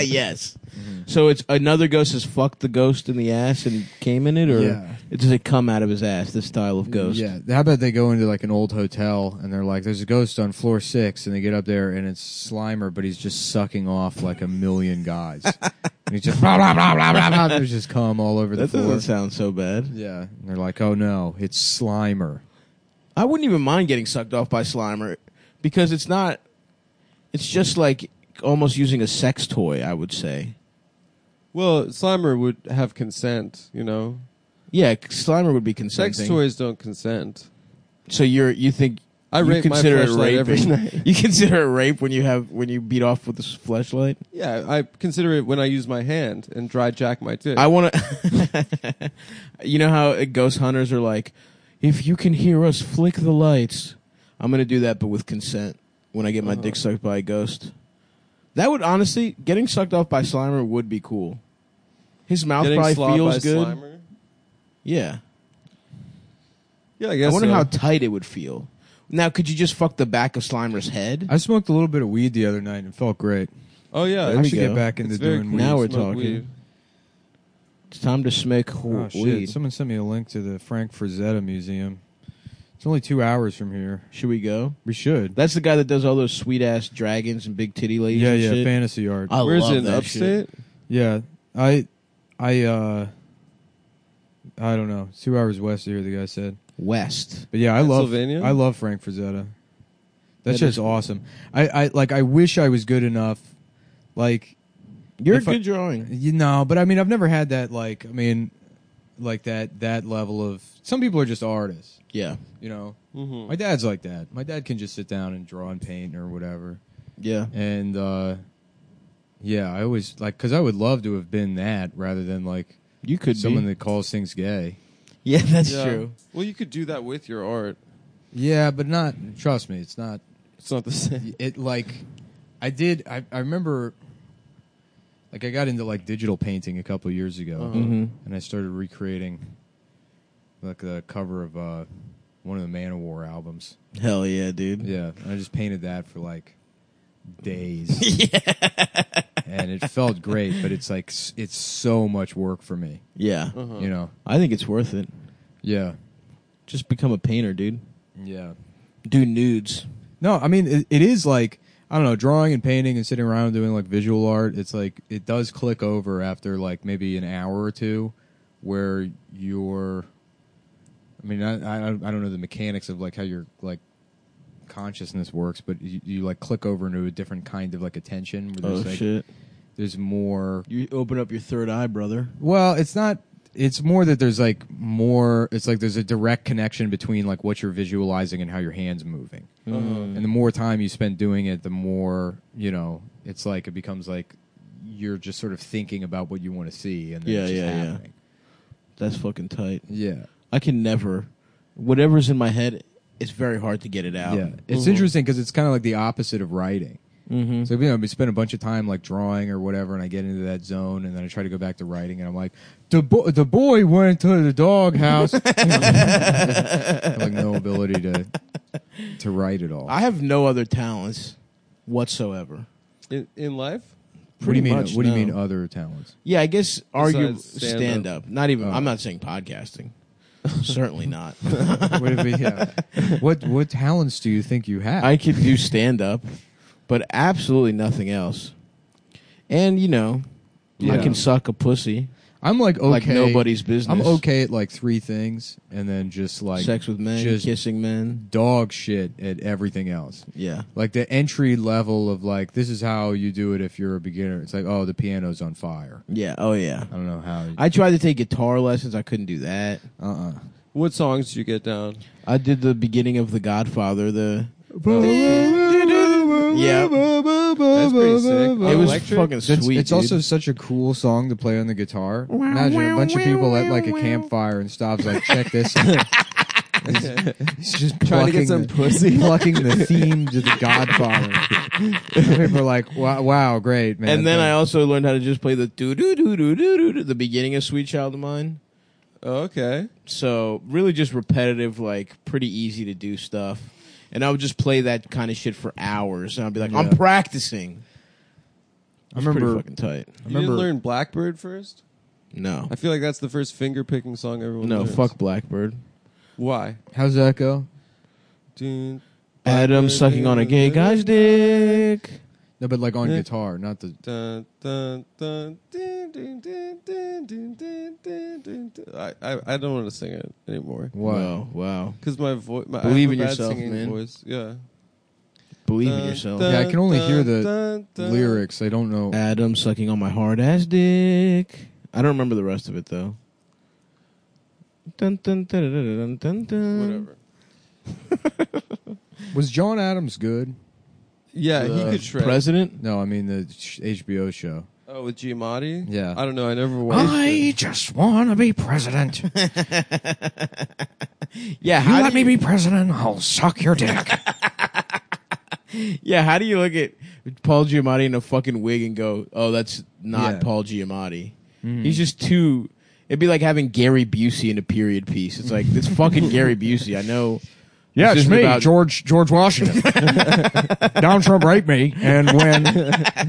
[SPEAKER 2] yes.
[SPEAKER 1] Mm-hmm.
[SPEAKER 2] So it's another ghost has fucked the ghost in the ass and came in it, or
[SPEAKER 1] Yeah.
[SPEAKER 2] it does it come out of his ass? This style of ghost.
[SPEAKER 1] Yeah. How about they go into like an old hotel and they're like, "There's a ghost on floor six. and they get up there and it's Slimer, but he's just sucking off like a million guys. and he's just blah blah blah blah blah. blah. There's just cum all over the
[SPEAKER 2] That
[SPEAKER 1] floor.
[SPEAKER 2] doesn't sound so bad.
[SPEAKER 1] Yeah. And they're like, "Oh no, it's Slimer."
[SPEAKER 2] I wouldn't even mind getting sucked off by Slimer because it's not. It's just like almost using a sex toy. I would say.
[SPEAKER 4] Well, Slimer would have consent. You know,
[SPEAKER 2] Yeah, Slimer would be consenting.
[SPEAKER 4] sex toys don't consent.
[SPEAKER 2] So you're you think
[SPEAKER 4] I
[SPEAKER 2] you
[SPEAKER 4] rape my
[SPEAKER 2] consider it
[SPEAKER 4] fleshlight
[SPEAKER 2] rape
[SPEAKER 4] every night.
[SPEAKER 2] You consider it rape when you have when you beat off with this flashlight.
[SPEAKER 4] Yeah, I consider it when I use my hand and dry jack my dick.
[SPEAKER 2] I want to. you know how uh, ghost hunters are like, if you can hear us flick the lights, I'm gonna do that, but with consent. When I get my dick
[SPEAKER 4] Uh-huh.
[SPEAKER 2] sucked by a ghost, that would honestly getting sucked off by Slimer would be cool. His mouth
[SPEAKER 4] Getting slobbed
[SPEAKER 2] probably feels
[SPEAKER 4] by
[SPEAKER 2] good.
[SPEAKER 4] Slimer?
[SPEAKER 2] Yeah,
[SPEAKER 4] Yeah, I guess.
[SPEAKER 2] I wonder
[SPEAKER 4] so.
[SPEAKER 2] how tight it would feel. Now, could you just fuck the back of Slimer's head?
[SPEAKER 1] I smoked a little bit of weed the other night and felt great.
[SPEAKER 4] Oh yeah,
[SPEAKER 1] I
[SPEAKER 4] it's-
[SPEAKER 1] should
[SPEAKER 2] we
[SPEAKER 1] get
[SPEAKER 2] go.
[SPEAKER 1] back into
[SPEAKER 4] it's very
[SPEAKER 1] doing
[SPEAKER 4] cool.
[SPEAKER 1] weed.
[SPEAKER 2] Now we're
[SPEAKER 4] Smoke
[SPEAKER 2] talking.
[SPEAKER 4] weed.
[SPEAKER 2] it's time to smoke
[SPEAKER 1] Oh, shit.
[SPEAKER 2] weed.
[SPEAKER 1] Someone sent me a link to the Frank Frazetta Museum. It's only two hours from here.
[SPEAKER 2] Should we go?
[SPEAKER 1] We should.
[SPEAKER 2] That's the guy that does all those sweet ass dragons and big titty ladies.
[SPEAKER 1] yeah,
[SPEAKER 2] and
[SPEAKER 1] yeah,
[SPEAKER 2] shit.
[SPEAKER 1] fantasy art.
[SPEAKER 2] I
[SPEAKER 4] Where's
[SPEAKER 2] love
[SPEAKER 4] it in
[SPEAKER 2] that shit.
[SPEAKER 4] upstate?
[SPEAKER 1] yeah, I, I, uh, I don't know. It's two hours west of here, the guy said.
[SPEAKER 2] West.
[SPEAKER 1] But yeah, I love,
[SPEAKER 4] Pennsylvania?
[SPEAKER 1] I love Frank Frazetta.
[SPEAKER 2] That
[SPEAKER 1] That's
[SPEAKER 2] is
[SPEAKER 1] just
[SPEAKER 2] cool.
[SPEAKER 1] awesome. I, I, like, I wish I was good enough. Like,
[SPEAKER 2] You're
[SPEAKER 1] If
[SPEAKER 2] a
[SPEAKER 1] I-
[SPEAKER 2] good drawing.
[SPEAKER 1] You know, but I mean, I've never had that. Like, I mean, like that that level of. Some people are just artists.
[SPEAKER 2] Yeah,
[SPEAKER 1] You know,
[SPEAKER 4] Mm-hmm.
[SPEAKER 1] my dad's like that. My dad can just sit down and draw and paint or whatever.
[SPEAKER 2] yeah.
[SPEAKER 1] And uh yeah, I always like because I would love to have been that rather than like
[SPEAKER 2] You could
[SPEAKER 1] someone
[SPEAKER 2] be.
[SPEAKER 1] that calls things gay.
[SPEAKER 2] yeah, that's true.
[SPEAKER 4] Well, you could do that with your art.
[SPEAKER 1] Yeah, but not. Trust me, it's not.
[SPEAKER 4] It's not the same.
[SPEAKER 1] It like I did. I I remember. Like I got into like digital painting a couple years ago,
[SPEAKER 4] Uh-huh.
[SPEAKER 2] hmm
[SPEAKER 1] and I started recreating like the cover of uh, one of the Manowar albums.
[SPEAKER 2] Hell yeah, dude.
[SPEAKER 1] Yeah, and I just painted that for like days, and it felt great. But it's like s- it's so much work for me,
[SPEAKER 2] Yeah.
[SPEAKER 4] Uh-huh.
[SPEAKER 1] you know.
[SPEAKER 2] I think it's worth it.
[SPEAKER 1] Yeah,
[SPEAKER 2] Just become a painter, dude.
[SPEAKER 1] yeah.
[SPEAKER 2] Do nudes.
[SPEAKER 1] No, I mean it, it is like I don't know, drawing and painting and sitting around doing like visual art. It's like it does click over after like maybe an hour or two, where you're. I mean, I I, I don't know the mechanics of like how your like consciousness works, but you, you like click over into a different kind of like attention. Where
[SPEAKER 2] Oh
[SPEAKER 1] there's like,
[SPEAKER 2] shit.
[SPEAKER 1] There's more.
[SPEAKER 2] You open up your third eye, brother.
[SPEAKER 1] Well, it's not. It's more that there's like more. It's like there's a direct connection between like what you're visualizing and how your hands moving.
[SPEAKER 2] Mm-hmm.
[SPEAKER 1] And the more time you spend doing it, the more you know. It's like it becomes like you're just sort of thinking about what you want to see, and then
[SPEAKER 2] Yeah,
[SPEAKER 1] it's just
[SPEAKER 2] yeah, yeah.
[SPEAKER 1] happening.
[SPEAKER 2] That's fucking tight.
[SPEAKER 1] yeah,
[SPEAKER 2] I can never. Whatever's in my head, it's very hard to get it
[SPEAKER 1] yeah.
[SPEAKER 2] out.
[SPEAKER 1] It's interesting because it's kind of like the opposite of writing.
[SPEAKER 2] Mm-hmm.
[SPEAKER 1] So you know, I spend a bunch of time like drawing or whatever, and I get into that zone, and then I try to go back to writing, and I'm like, the bo- the boy went to the doghouse. I have like no ability to to write at all.
[SPEAKER 2] I have no other talents whatsoever.
[SPEAKER 4] In, in
[SPEAKER 1] What
[SPEAKER 4] life,
[SPEAKER 1] do you
[SPEAKER 2] Pretty
[SPEAKER 1] mean?
[SPEAKER 2] much,
[SPEAKER 1] what do you
[SPEAKER 2] no.
[SPEAKER 1] mean? Other talents?
[SPEAKER 2] Yeah, I guess argue
[SPEAKER 4] stand-up.
[SPEAKER 2] stand up. Not even.
[SPEAKER 1] Oh.
[SPEAKER 2] I'm not saying podcasting. Certainly not.
[SPEAKER 1] what, if we- yeah. what what talents do you think you have?
[SPEAKER 2] I could do stand up, but absolutely nothing else. And you know, I
[SPEAKER 4] Yeah.
[SPEAKER 2] can suck a pussy
[SPEAKER 1] I'm like okay.
[SPEAKER 2] like nobody's business.
[SPEAKER 1] I'm okay at like three things, and then just like
[SPEAKER 2] Sex with men,
[SPEAKER 1] just
[SPEAKER 2] kissing men.
[SPEAKER 1] dog shit at everything else.
[SPEAKER 2] Yeah.
[SPEAKER 1] Like the entry level of like this is how you do it if you're a beginner. It's like oh the piano's on fire.
[SPEAKER 2] Yeah. Oh yeah.
[SPEAKER 1] I don't know how.
[SPEAKER 2] I tried to take guitar lessons. I couldn't do that.
[SPEAKER 1] uh uh
[SPEAKER 4] What songs do you get down?
[SPEAKER 2] I did the beginning of The Godfather. The yeah,
[SPEAKER 4] That's pretty sick.
[SPEAKER 2] it was
[SPEAKER 4] Electric?
[SPEAKER 2] fucking
[SPEAKER 1] It's,
[SPEAKER 2] sweet.
[SPEAKER 1] Oh, it's
[SPEAKER 2] dude.
[SPEAKER 1] also such a cool song to play on the guitar. Imagine a bunch of people at like a campfire and stops like, check this. It's just
[SPEAKER 4] Trying to get
[SPEAKER 1] plucking
[SPEAKER 4] some
[SPEAKER 1] the-
[SPEAKER 4] pussy.
[SPEAKER 1] plucking the theme to the Godfather. People are like, wow, wow, great, man.
[SPEAKER 2] And then I also learned how to just play the doo doo doo doo doo doo doo the beginning of Sweet Child of Mine.
[SPEAKER 4] Oh, okay.
[SPEAKER 2] So really just repetitive, like pretty easy to do stuff. And I would just play that kind of shit for hours, and I'd be like, "I'm
[SPEAKER 1] Yeah.
[SPEAKER 2] practicing."
[SPEAKER 1] I
[SPEAKER 2] It's pretty
[SPEAKER 1] remember
[SPEAKER 2] fucking tight.
[SPEAKER 1] I
[SPEAKER 4] You didn't
[SPEAKER 1] remember-
[SPEAKER 4] learn Blackbird first?
[SPEAKER 2] No,
[SPEAKER 4] I feel like that's the first finger picking song everyone
[SPEAKER 2] no,
[SPEAKER 4] learns.
[SPEAKER 2] fuck Blackbird.
[SPEAKER 4] Why?
[SPEAKER 1] how's that go?
[SPEAKER 4] Dun,
[SPEAKER 2] Adam sucking on a gay guy's dick.
[SPEAKER 1] No, but like on
[SPEAKER 4] Yeah.
[SPEAKER 1] guitar, not the
[SPEAKER 4] dun, dun, dun, dun, dun, dun, dun, dun, dun, dun, dun, dun. I, I I don't want to sing it anymore
[SPEAKER 1] what?
[SPEAKER 2] Wow, wow.
[SPEAKER 4] because my voice. My,
[SPEAKER 2] Believe
[SPEAKER 4] I have
[SPEAKER 2] in
[SPEAKER 4] a bad
[SPEAKER 2] yourself,
[SPEAKER 4] singing
[SPEAKER 2] man.
[SPEAKER 4] Voice. Yeah.
[SPEAKER 2] Believe in
[SPEAKER 4] Dun,
[SPEAKER 2] yourself.
[SPEAKER 1] Yeah, I can only hear the
[SPEAKER 4] dun, dun.
[SPEAKER 1] Lyrics, I don't know.
[SPEAKER 2] Adam sucking on my hard ass dick. I don't remember the rest of it though. Dun, dun, dun, dun, dun, dun, dun.
[SPEAKER 4] Whatever.
[SPEAKER 1] Was John Adams good?
[SPEAKER 4] Yeah, he
[SPEAKER 2] The
[SPEAKER 4] could shred.
[SPEAKER 2] President.
[SPEAKER 1] No, I mean the sh- HBO show.
[SPEAKER 4] oh, with Giamatti.
[SPEAKER 1] Yeah.
[SPEAKER 4] I don't know. I never watched. it.
[SPEAKER 1] just wanna be president.
[SPEAKER 2] Yeah, how do you,
[SPEAKER 1] be president, I'll suck your dick.
[SPEAKER 2] yeah, how do you look at Paul Giamatti in a fucking wig and go, "Oh, that's not
[SPEAKER 1] Yeah. Mm-hmm.
[SPEAKER 2] Paul Giamatti." He's just too. It'd be like having Gary Busey in a period piece. It's like it's fucking Gary Busey. I know.
[SPEAKER 1] Yeah,
[SPEAKER 2] This
[SPEAKER 1] it's
[SPEAKER 2] isn't
[SPEAKER 1] me,
[SPEAKER 2] about-
[SPEAKER 1] George George Washington. Donald Trump raped me, and when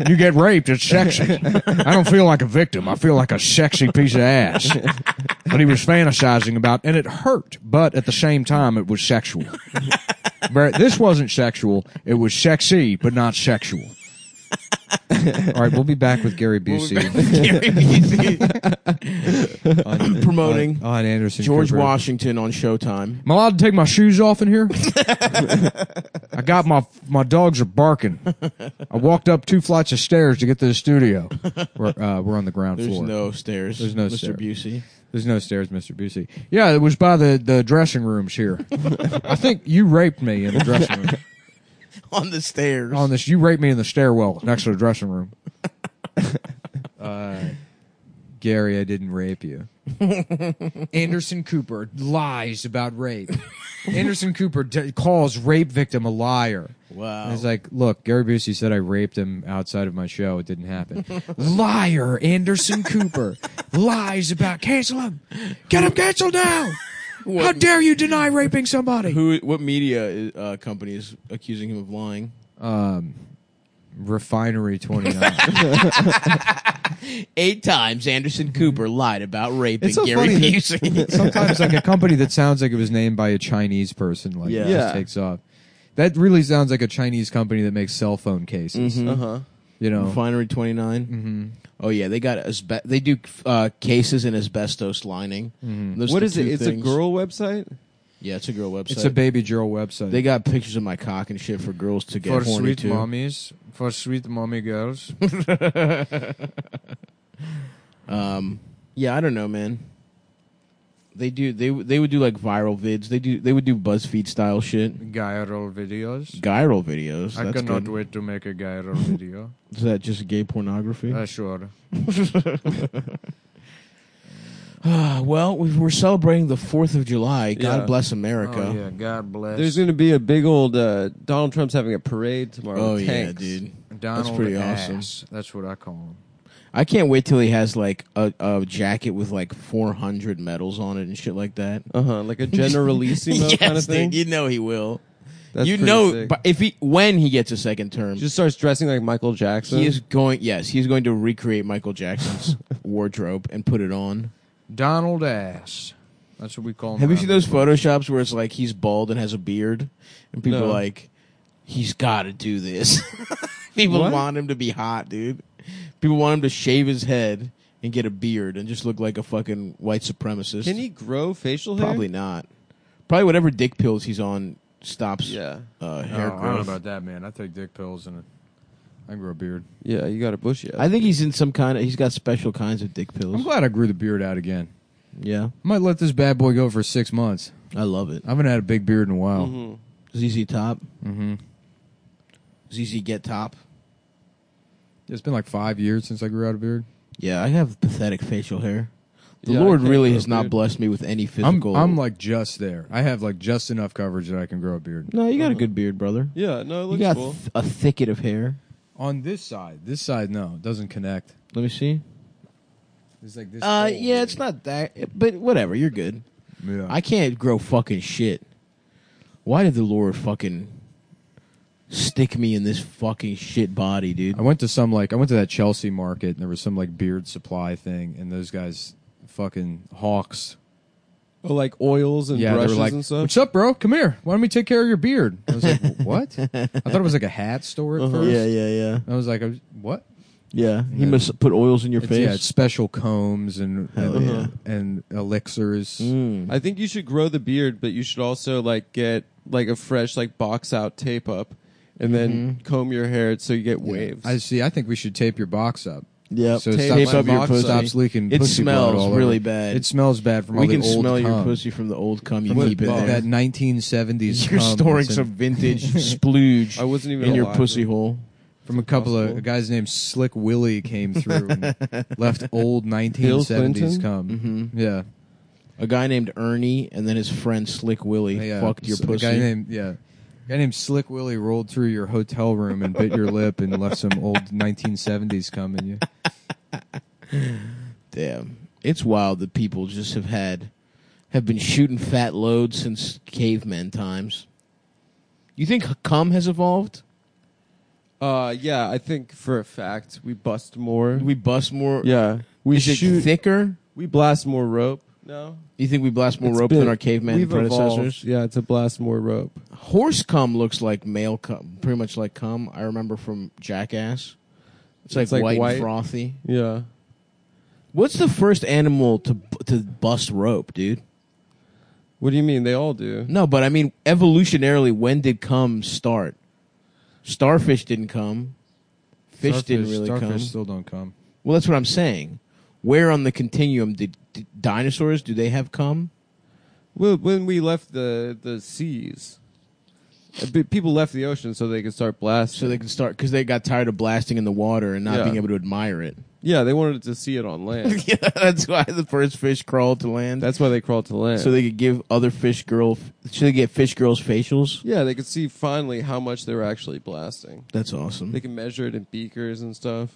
[SPEAKER 1] you get raped, it's sexy. I don't feel like a victim. I feel like a sexy piece of ass. But he was fantasizing about, and it hurt. But at the same time, it was sexual. But this wasn't sexual. It was sexy, but not sexual. All right, we'll be back with Gary Busey
[SPEAKER 2] Gary Busey
[SPEAKER 1] on,
[SPEAKER 2] promoting
[SPEAKER 1] on, on Oh, Anderson.
[SPEAKER 2] George
[SPEAKER 1] Cooper.
[SPEAKER 2] Washington on Showtime.
[SPEAKER 1] Am I allowed to take my shoes off in here? I got my my dogs are barking. I walked up two flights of stairs to get to the studio. We're uh, we're on the ground
[SPEAKER 2] There's
[SPEAKER 1] floor.
[SPEAKER 2] no stairs.
[SPEAKER 1] There's no
[SPEAKER 2] Mr.
[SPEAKER 1] stairs.
[SPEAKER 2] Busey.
[SPEAKER 1] There's no stairs, Mr. Busey. Yeah, it was by the, the dressing rooms here. I think you raped me in the dressing room.
[SPEAKER 2] on the stairs.
[SPEAKER 1] On this, you raped me in the stairwell next to the dressing room. Uh, Gary, I didn't rape you. Anderson Cooper lies about rape. Anderson Cooper d- calls rape victim a liar.
[SPEAKER 2] wow.
[SPEAKER 1] And it's like, look, Gary Busey said I raped him outside of my show. It didn't happen. Liar, Anderson Cooper lies about cancel him, get him canceled now. How dare you deny raping somebody?
[SPEAKER 2] who? What media uh, company is accusing him of lying?
[SPEAKER 1] Refinery twenty nine.
[SPEAKER 2] Eight times Anderson Cooper lied about raping
[SPEAKER 1] It's so
[SPEAKER 2] Gary
[SPEAKER 1] funny that-
[SPEAKER 2] Busey.
[SPEAKER 1] sometimes like a company that sounds like it was named by a Chinese person, like
[SPEAKER 2] Yeah.
[SPEAKER 1] just
[SPEAKER 4] Yeah.
[SPEAKER 1] takes off. That really sounds like a Chinese company that makes cell phone cases.
[SPEAKER 2] Mm-hmm.
[SPEAKER 4] Uh huh.
[SPEAKER 1] You know,
[SPEAKER 2] Refinery twenty Oh yeah, they got asbe- They do uh, cases in asbestos lining. Those are
[SPEAKER 4] What
[SPEAKER 2] the
[SPEAKER 4] is it?
[SPEAKER 2] two
[SPEAKER 4] It's
[SPEAKER 2] things.
[SPEAKER 4] a girl website.
[SPEAKER 2] Yeah, it's a girl website.
[SPEAKER 1] it's a baby girl website.
[SPEAKER 2] they got pictures of my cock and shit for girls to get
[SPEAKER 1] for
[SPEAKER 2] horny
[SPEAKER 1] sweet
[SPEAKER 2] to.
[SPEAKER 1] mommies, for sweet mommy girls.
[SPEAKER 2] Um, yeah, I don't know, man. They do. They they would do like viral vids. They do. They would do BuzzFeed style shit.
[SPEAKER 1] Gyral videos.
[SPEAKER 2] Gyral videos. That's good.
[SPEAKER 1] wait to make a gyral video. Uh,
[SPEAKER 2] Is that just gay pornography?
[SPEAKER 1] sure.
[SPEAKER 2] Ah, well, we we're celebrating the Fourth of July. God
[SPEAKER 4] Uh, Yeah.
[SPEAKER 2] bless America.
[SPEAKER 1] Oh, God bless.
[SPEAKER 4] There's going to be a big old uh, Donald Trump's having a parade tomorrow.
[SPEAKER 2] Oh
[SPEAKER 4] with
[SPEAKER 2] yeah,
[SPEAKER 4] tanks.
[SPEAKER 2] dude.
[SPEAKER 1] Donald
[SPEAKER 2] That's pretty awesome.
[SPEAKER 1] Ass. That's what I call him.
[SPEAKER 2] I can't wait till he has like a, a jacket with like 400 medals on it and shit like that.
[SPEAKER 4] Uh huh. Like a Uh-huh, Generalissimo kind
[SPEAKER 2] dude,
[SPEAKER 4] of thing.
[SPEAKER 2] you know he will.
[SPEAKER 4] That's
[SPEAKER 2] you
[SPEAKER 4] pretty
[SPEAKER 2] know,
[SPEAKER 4] sick.
[SPEAKER 2] but if he when he gets a second term,
[SPEAKER 4] Just starts dressing like Michael Jackson.
[SPEAKER 2] he is going. Yes, he's going to recreate Michael Jackson's wardrobe and put it on.
[SPEAKER 1] Donald Ass. That's what we call him.
[SPEAKER 2] Have you
[SPEAKER 1] around
[SPEAKER 2] seen
[SPEAKER 1] the
[SPEAKER 2] those photoshops where it's like he's bald and has a beard, and people
[SPEAKER 4] No.
[SPEAKER 2] are like, he's got to do this. people
[SPEAKER 4] What?
[SPEAKER 2] want him to be hot, dude. People want him to shave his head and get a beard and just look like a fucking white supremacist.
[SPEAKER 4] Can he grow facial hair?
[SPEAKER 2] Probably not. Probably whatever dick pills he's on stops
[SPEAKER 4] Yeah.
[SPEAKER 2] uh,
[SPEAKER 1] No,
[SPEAKER 2] hair
[SPEAKER 1] Oh, I don't know
[SPEAKER 2] growth.
[SPEAKER 1] about that, man. I take dick pills and I grow a beard.
[SPEAKER 4] Yeah, you got a bushy.
[SPEAKER 2] I think he's in some kind of. He's got special kinds of dick
[SPEAKER 1] I'm
[SPEAKER 2] pills.
[SPEAKER 1] glad I grew the beard out again.
[SPEAKER 2] Yeah,
[SPEAKER 1] Might let this bad boy go for six months.
[SPEAKER 2] I love it.
[SPEAKER 1] I haven't had a big beard in a while.
[SPEAKER 2] ZZ Top,
[SPEAKER 1] Mm-hmm.
[SPEAKER 2] ZZ Get Top.
[SPEAKER 1] It's been like five years since I grew out a beard.
[SPEAKER 2] Yeah, I have pathetic facial hair. The
[SPEAKER 4] Yeah, I
[SPEAKER 2] Lord
[SPEAKER 4] can't
[SPEAKER 2] really
[SPEAKER 4] grow
[SPEAKER 2] has
[SPEAKER 4] a
[SPEAKER 2] not
[SPEAKER 4] beard.
[SPEAKER 2] blessed me with any
[SPEAKER 1] I'm,
[SPEAKER 2] physical.
[SPEAKER 1] I'm like just there. I have like just enough coverage that I can grow a beard.
[SPEAKER 2] no, you got a good beard, brother.
[SPEAKER 4] Yeah, no, it
[SPEAKER 2] You
[SPEAKER 4] looks
[SPEAKER 2] got
[SPEAKER 4] cool.
[SPEAKER 2] th- a thicket of hair.
[SPEAKER 1] On this side, this side, no, it doesn't connect.
[SPEAKER 2] Let me see.
[SPEAKER 1] It's like this.
[SPEAKER 2] Uh,
[SPEAKER 1] hole.
[SPEAKER 2] yeah, it's not that, but whatever. You're good.
[SPEAKER 1] Yeah.
[SPEAKER 2] I can't grow fucking shit. Why did the Lord fucking stick me in this fucking shit body, dude?
[SPEAKER 1] I went to some like I went to that Chelsea market and there was some like beard supply thing and those guys fucking hawks.
[SPEAKER 4] Oh, like oils and
[SPEAKER 1] Yeah, they were
[SPEAKER 4] brushes
[SPEAKER 1] like,
[SPEAKER 4] and stuff.
[SPEAKER 1] "What's up, bro? Come here. Why don't we take care of your beard?" I was like, "What?" I thought it was like a hat store at first.
[SPEAKER 2] Uh-huh. Yeah, yeah, yeah,
[SPEAKER 1] I was like, I was- "What?"
[SPEAKER 2] yeah. He
[SPEAKER 1] Yeah.
[SPEAKER 2] must put oils in your
[SPEAKER 1] It's,
[SPEAKER 2] face.
[SPEAKER 1] yeah, it's special combs and
[SPEAKER 2] Hell
[SPEAKER 1] and,
[SPEAKER 2] yeah.
[SPEAKER 1] and elixirs.
[SPEAKER 2] Mm.
[SPEAKER 4] I think you should grow the beard, but you should also like get like a fresh like box out tape up, and then comb your hair so you get waves.
[SPEAKER 1] I see. I think we should tape your box up.
[SPEAKER 2] Yeah,
[SPEAKER 1] So it
[SPEAKER 4] Tape
[SPEAKER 1] stops,
[SPEAKER 4] my
[SPEAKER 2] up your
[SPEAKER 4] box
[SPEAKER 2] pussy.
[SPEAKER 1] stops leaking.
[SPEAKER 2] It
[SPEAKER 1] pussy blood
[SPEAKER 2] smells
[SPEAKER 1] all over.
[SPEAKER 2] really bad.
[SPEAKER 1] It smells bad from all
[SPEAKER 2] we
[SPEAKER 1] the
[SPEAKER 2] can
[SPEAKER 1] old
[SPEAKER 2] smell your
[SPEAKER 1] cum.
[SPEAKER 2] pussy from the old cum you
[SPEAKER 1] From
[SPEAKER 2] keep in
[SPEAKER 1] the-
[SPEAKER 2] there.
[SPEAKER 1] that 1970s.
[SPEAKER 4] Um,
[SPEAKER 2] You're
[SPEAKER 1] cum
[SPEAKER 2] storing
[SPEAKER 1] that's in-
[SPEAKER 2] some vintage splooge
[SPEAKER 4] I wasn't even
[SPEAKER 2] in your
[SPEAKER 4] alive.
[SPEAKER 2] pussy hole.
[SPEAKER 1] from a couple of
[SPEAKER 4] possible.
[SPEAKER 1] a guy's named Slick Willie came through and left old
[SPEAKER 4] Bill
[SPEAKER 1] 1970s
[SPEAKER 4] Clinton?
[SPEAKER 1] cum.
[SPEAKER 2] Mm-hmm.
[SPEAKER 1] Yeah,
[SPEAKER 2] A guy named Ernie and then his friend Slick Willie
[SPEAKER 1] yeah.
[SPEAKER 2] fucked your
[SPEAKER 1] So
[SPEAKER 2] pussy.
[SPEAKER 1] A guy named yeah. A guy named Slick Willie rolled through your hotel room and bit your lip and left some old 1970s cum in you.
[SPEAKER 2] Damn, it's wild that people just have had have been shooting fat loads since caveman times. You think cum has evolved?
[SPEAKER 4] uh, yeah, I think for a fact we bust more.
[SPEAKER 2] Do we bust more?
[SPEAKER 4] yeah, we
[SPEAKER 2] is
[SPEAKER 4] shoot.
[SPEAKER 2] it thicker?
[SPEAKER 4] we blast more rope. No,
[SPEAKER 2] You think we blast more rope than our caveman predecessors?
[SPEAKER 4] Yeah, to blast more rope.
[SPEAKER 2] Horse cum looks like male cum, pretty much like cum. I remember from Jackass. It's like,
[SPEAKER 4] It's like
[SPEAKER 2] white,
[SPEAKER 4] white.
[SPEAKER 2] and frothy.
[SPEAKER 4] Yeah,
[SPEAKER 2] What's the first animal to to bust rope, dude?
[SPEAKER 4] what do you mean? They all do.
[SPEAKER 2] No, but I mean evolutionarily, when did cum start? Starfish didn't come. Fish
[SPEAKER 1] Starfish-
[SPEAKER 2] didn't really
[SPEAKER 1] starfish
[SPEAKER 2] come.
[SPEAKER 1] Still don't come.
[SPEAKER 2] Well, that's what I'm saying. Where on the continuum did, did dinosaurs? Do they have cum?
[SPEAKER 4] Well, when we left the the seas, uh, pe- people left the ocean so they could start blasting.
[SPEAKER 2] So they can start because they got tired of blasting in the water and not
[SPEAKER 4] Yeah.
[SPEAKER 2] being able to admire it.
[SPEAKER 4] yeah, they wanted to see it on land.
[SPEAKER 2] yeah, that's why the first fish crawled to land.
[SPEAKER 4] That's why they crawled to land.
[SPEAKER 2] so they could give other fish girl. Should they get fish girls facials?
[SPEAKER 4] yeah, they could see finally how much they were actually blasting.
[SPEAKER 2] That's awesome.
[SPEAKER 4] They can measure it in beakers and stuff.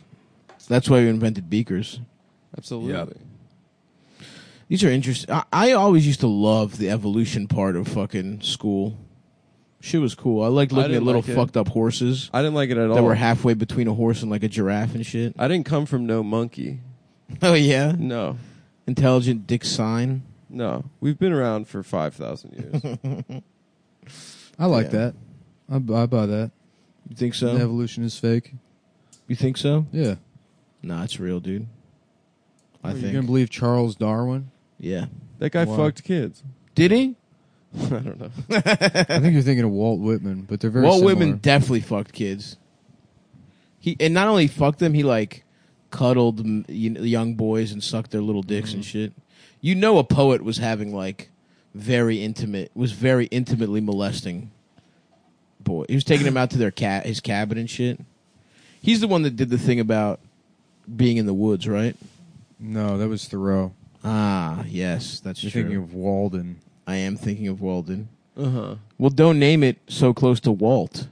[SPEAKER 2] That's why we invented beakers.
[SPEAKER 4] Absolutely.
[SPEAKER 2] These are interesting. I, I always used to love the evolution part of fucking school. Shit was cool. I liked
[SPEAKER 4] I
[SPEAKER 2] looking
[SPEAKER 4] didn't
[SPEAKER 2] at little
[SPEAKER 4] like it.
[SPEAKER 2] fucked up horses
[SPEAKER 4] I didn't like it at all.
[SPEAKER 2] that were halfway between a horse and like a giraffe and shit.
[SPEAKER 4] I didn't come from no monkey.
[SPEAKER 2] Oh yeah,
[SPEAKER 4] No,
[SPEAKER 2] intelligent dick sign.
[SPEAKER 4] no. We've been around for five thousand years.
[SPEAKER 1] I like
[SPEAKER 2] Yeah.
[SPEAKER 1] that. I, bu- I buy that.
[SPEAKER 2] You think so?
[SPEAKER 1] The evolution is fake.
[SPEAKER 2] You think so?
[SPEAKER 1] Yeah.
[SPEAKER 2] Nah, it's real, dude. I
[SPEAKER 1] Are you
[SPEAKER 2] think.
[SPEAKER 1] gonna believe Charles Darwin?
[SPEAKER 2] yeah.
[SPEAKER 4] that guy
[SPEAKER 1] Why?
[SPEAKER 4] fucked kids.
[SPEAKER 2] Did he?
[SPEAKER 4] I don't know.
[SPEAKER 1] I think you're thinking of Walt Whitman, but they're very
[SPEAKER 2] Walt
[SPEAKER 1] similar.
[SPEAKER 2] Whitman definitely fucked kids. He and not only fucked them, he like cuddled mm, you know, young boys and sucked their little dicks
[SPEAKER 1] Mm-hmm.
[SPEAKER 2] and shit. You know, a poet was having like very intimate was very intimately molesting boy. He was taking him out to their cat his cabin and shit. He's the one that did the thing about being in the woods, right?
[SPEAKER 1] No, that was Thoreau.
[SPEAKER 2] Ah, yes, that's
[SPEAKER 1] You're
[SPEAKER 2] true.
[SPEAKER 1] thinking of Walden.
[SPEAKER 2] I am thinking of Walden.
[SPEAKER 4] Uh huh.
[SPEAKER 2] Well, don't name it so close to Walt.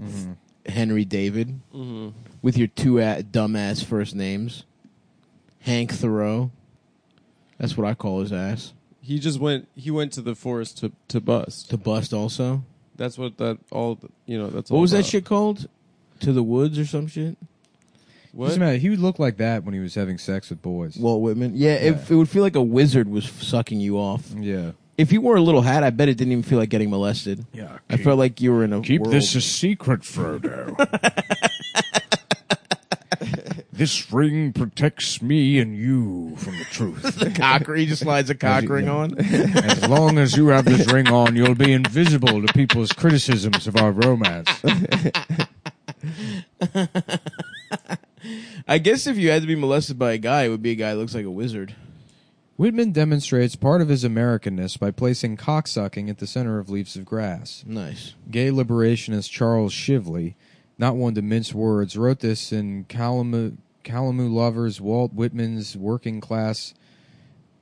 [SPEAKER 1] Mm-hmm.
[SPEAKER 2] Henry David.
[SPEAKER 4] Mm-hmm.
[SPEAKER 2] with your two a- dumbass first names. Hank Thoreau. That's what I call his ass.
[SPEAKER 4] He just went. He went to the forest to to bust.
[SPEAKER 2] To bust also.
[SPEAKER 4] That's what that all you know. That's
[SPEAKER 2] What
[SPEAKER 4] all
[SPEAKER 2] was that
[SPEAKER 4] about.
[SPEAKER 2] shit called? To the woods or some shit?
[SPEAKER 4] What?
[SPEAKER 1] Doesn't matter. He would look like that when he was having sex with boys.
[SPEAKER 2] Walt Whitman. Yeah, It, it would feel like a wizard was f- sucking you off.
[SPEAKER 1] yeah.
[SPEAKER 2] If you wore a little hat, I bet it didn't even feel like getting molested.
[SPEAKER 5] Yeah,
[SPEAKER 2] I felt like you were in a
[SPEAKER 5] Keep
[SPEAKER 2] world.
[SPEAKER 5] this a secret, Frodo. this ring protects me and you from the truth.
[SPEAKER 2] cock ring. He just slides a cock ring on.
[SPEAKER 5] as long as you have this ring on, you'll be invisible to people's criticisms of our romance.
[SPEAKER 2] I guess if you had to be molested by a guy, it would be a guy who looks like a wizard.
[SPEAKER 1] Whitman demonstrates part of his Americanness by placing cocksucking at the center of Leaves of Grass.
[SPEAKER 2] Nice.
[SPEAKER 1] Gay liberationist Charles Shively, not one to mince words, wrote this in Calamu, Calamu Lovers, Walt Whitman's Working Class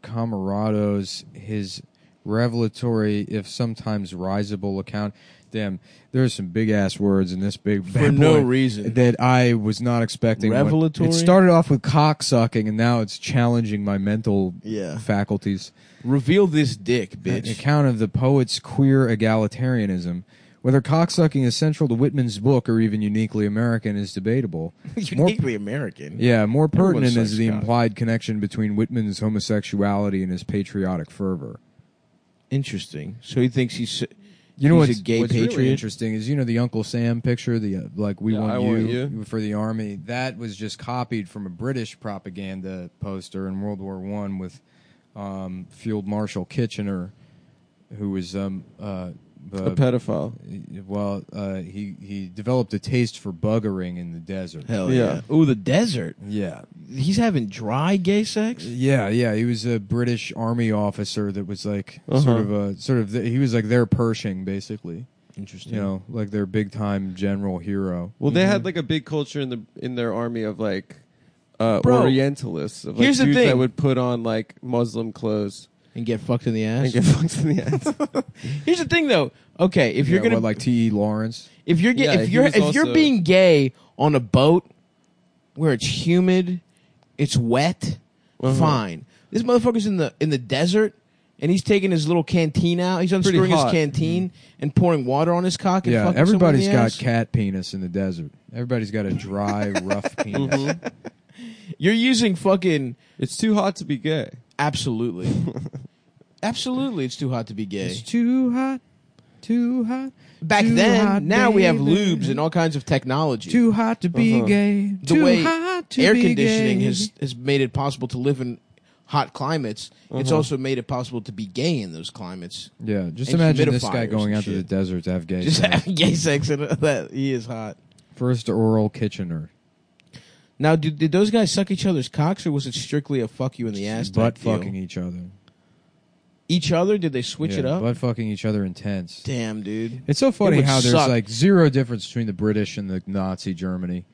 [SPEAKER 1] Camarados, his revelatory, if sometimes risible account. Damn, there's some big ass words in this big
[SPEAKER 2] For no reason.
[SPEAKER 1] that I was not expecting. when-
[SPEAKER 2] Revelatory?
[SPEAKER 1] It started off with cocksucking, and now it's challenging my mental
[SPEAKER 2] Yeah.
[SPEAKER 1] faculties
[SPEAKER 2] Reveal this dick,
[SPEAKER 1] an
[SPEAKER 2] bitch.
[SPEAKER 1] account of the poet's queer egalitarianism. Whether cocksucking is central to Whitman's book or even uniquely American is debatable. More-
[SPEAKER 2] Uniquely American.
[SPEAKER 1] yeah, more pertinent
[SPEAKER 2] sucks
[SPEAKER 1] is the
[SPEAKER 2] cock.
[SPEAKER 1] implied connection between Whitman's homosexuality and his patriotic fervor.
[SPEAKER 2] Interesting. So he thinks he's.
[SPEAKER 1] You know
[SPEAKER 2] He's
[SPEAKER 1] what's,
[SPEAKER 2] a gay
[SPEAKER 1] what's
[SPEAKER 2] patriot?
[SPEAKER 1] really interesting is you know the Uncle Sam picture, the uh, like we
[SPEAKER 4] Yeah,
[SPEAKER 1] want,
[SPEAKER 4] I
[SPEAKER 1] you,
[SPEAKER 4] want you.
[SPEAKER 1] for the army. That was just copied from a British propaganda poster in World War One with um, Field Marshal Kitchener, who was um, uh,
[SPEAKER 4] A
[SPEAKER 1] uh,
[SPEAKER 4] pedophile.
[SPEAKER 1] Well, uh, he he developed a taste for buggering in the desert.
[SPEAKER 2] Hell yeah.
[SPEAKER 4] Yeah.
[SPEAKER 2] Ooh, the desert.
[SPEAKER 1] Yeah,
[SPEAKER 2] He's having dry gay sex?
[SPEAKER 1] yeah, yeah. He was a British army officer that was like
[SPEAKER 4] Uh-huh.
[SPEAKER 1] sort of a sort of he was like their Pershing, basically.
[SPEAKER 2] Interesting.
[SPEAKER 1] You know, like their big time general hero.
[SPEAKER 4] Well, they
[SPEAKER 2] Mm-hmm.
[SPEAKER 4] had like a big culture in the in their army of like uh,
[SPEAKER 2] Bro,
[SPEAKER 4] Orientalists. Of, like,
[SPEAKER 2] here's the
[SPEAKER 4] dudes
[SPEAKER 2] thing.
[SPEAKER 4] that would put on like Muslim clothes
[SPEAKER 2] And get fucked in the ass?
[SPEAKER 4] and get fucked in the ass.
[SPEAKER 2] Here's the thing, though. Okay, if you're
[SPEAKER 1] Yeah,
[SPEAKER 2] gonna
[SPEAKER 1] what, like T. E. Lawrence.
[SPEAKER 2] if you're ga-
[SPEAKER 4] Yeah,
[SPEAKER 2] if
[SPEAKER 4] he
[SPEAKER 2] you're
[SPEAKER 4] was
[SPEAKER 2] if you're
[SPEAKER 4] also-
[SPEAKER 2] being gay on a boat where it's humid, it's wet,
[SPEAKER 1] Uh-huh.
[SPEAKER 2] fine. This motherfucker's in the in the desert and he's taking his little canteen out. He's unscrewing his
[SPEAKER 4] hot.
[SPEAKER 2] canteen and pouring water on his cock. And
[SPEAKER 1] Yeah,
[SPEAKER 2] fucking someone in
[SPEAKER 1] everybody's
[SPEAKER 2] the
[SPEAKER 1] got
[SPEAKER 2] ass.
[SPEAKER 1] cat penis in the desert. Everybody's got a dry, rough penis.
[SPEAKER 2] Mm-hmm. You're using fucking
[SPEAKER 4] it's too hot to be gay.
[SPEAKER 2] absolutely, absolutely. It's too hot to be gay.
[SPEAKER 1] It's too hot, too hot.
[SPEAKER 2] Back
[SPEAKER 1] too
[SPEAKER 2] then,
[SPEAKER 1] hot,
[SPEAKER 2] now we have
[SPEAKER 1] baby.
[SPEAKER 2] lubes and all kinds of technology.
[SPEAKER 1] Too hot to be
[SPEAKER 4] Uh-huh.
[SPEAKER 1] gay.
[SPEAKER 2] the
[SPEAKER 1] too
[SPEAKER 2] way
[SPEAKER 1] hot to
[SPEAKER 2] air
[SPEAKER 1] be
[SPEAKER 2] conditioning
[SPEAKER 1] gay.
[SPEAKER 2] has has made it possible to live in hot climates. It's
[SPEAKER 1] Uh-huh.
[SPEAKER 2] also made it possible to be gay in those climates.
[SPEAKER 1] Yeah, just
[SPEAKER 2] and
[SPEAKER 1] imagine this
[SPEAKER 2] humidifiers
[SPEAKER 1] guy going
[SPEAKER 2] and
[SPEAKER 1] out to the
[SPEAKER 2] shit.
[SPEAKER 1] desert to have gay
[SPEAKER 2] Just
[SPEAKER 1] sex.
[SPEAKER 2] having gay sex and all that he is hot.
[SPEAKER 1] First oral Kitchener.
[SPEAKER 2] Now, did, did those guys suck each other's cocks, or was it strictly a fuck you in the ass?
[SPEAKER 1] Butt
[SPEAKER 2] type deal?
[SPEAKER 1] fucking each other.
[SPEAKER 2] each other. Did they switch
[SPEAKER 1] Yeah,
[SPEAKER 2] it up?
[SPEAKER 1] Butt fucking each other intense.
[SPEAKER 2] Damn, dude.
[SPEAKER 1] It's so funny
[SPEAKER 2] would
[SPEAKER 1] how there's
[SPEAKER 2] suck.
[SPEAKER 1] like zero difference between the British and the Nazi Germany.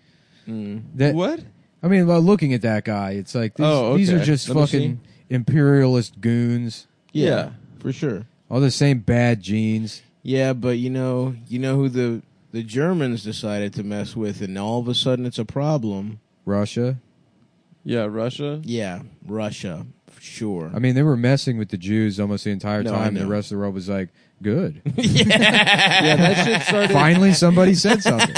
[SPEAKER 2] Mm. Eh,
[SPEAKER 1] That,
[SPEAKER 4] What?
[SPEAKER 1] I mean, while looking at that guy, it's like these,
[SPEAKER 4] Oh,
[SPEAKER 1] these are
[SPEAKER 4] okay.
[SPEAKER 1] just
[SPEAKER 2] Let me
[SPEAKER 1] fucking imperialist goons.
[SPEAKER 2] Yeah,
[SPEAKER 4] Yeah.
[SPEAKER 2] for sure.
[SPEAKER 1] All the same bad genes.
[SPEAKER 2] Yeah, but you know, you know who the the Germans decided to mess with, and all of a sudden it's a problem.
[SPEAKER 1] Russia.
[SPEAKER 4] Yeah, Russia.
[SPEAKER 2] Yeah, Russia, for sure.
[SPEAKER 1] I mean, they were messing with the Jews almost the entire
[SPEAKER 2] No, I
[SPEAKER 1] time, and the
[SPEAKER 2] know.
[SPEAKER 1] rest of the world was like, "Good."
[SPEAKER 4] Yeah, that shit started.
[SPEAKER 1] Finally, somebody said something.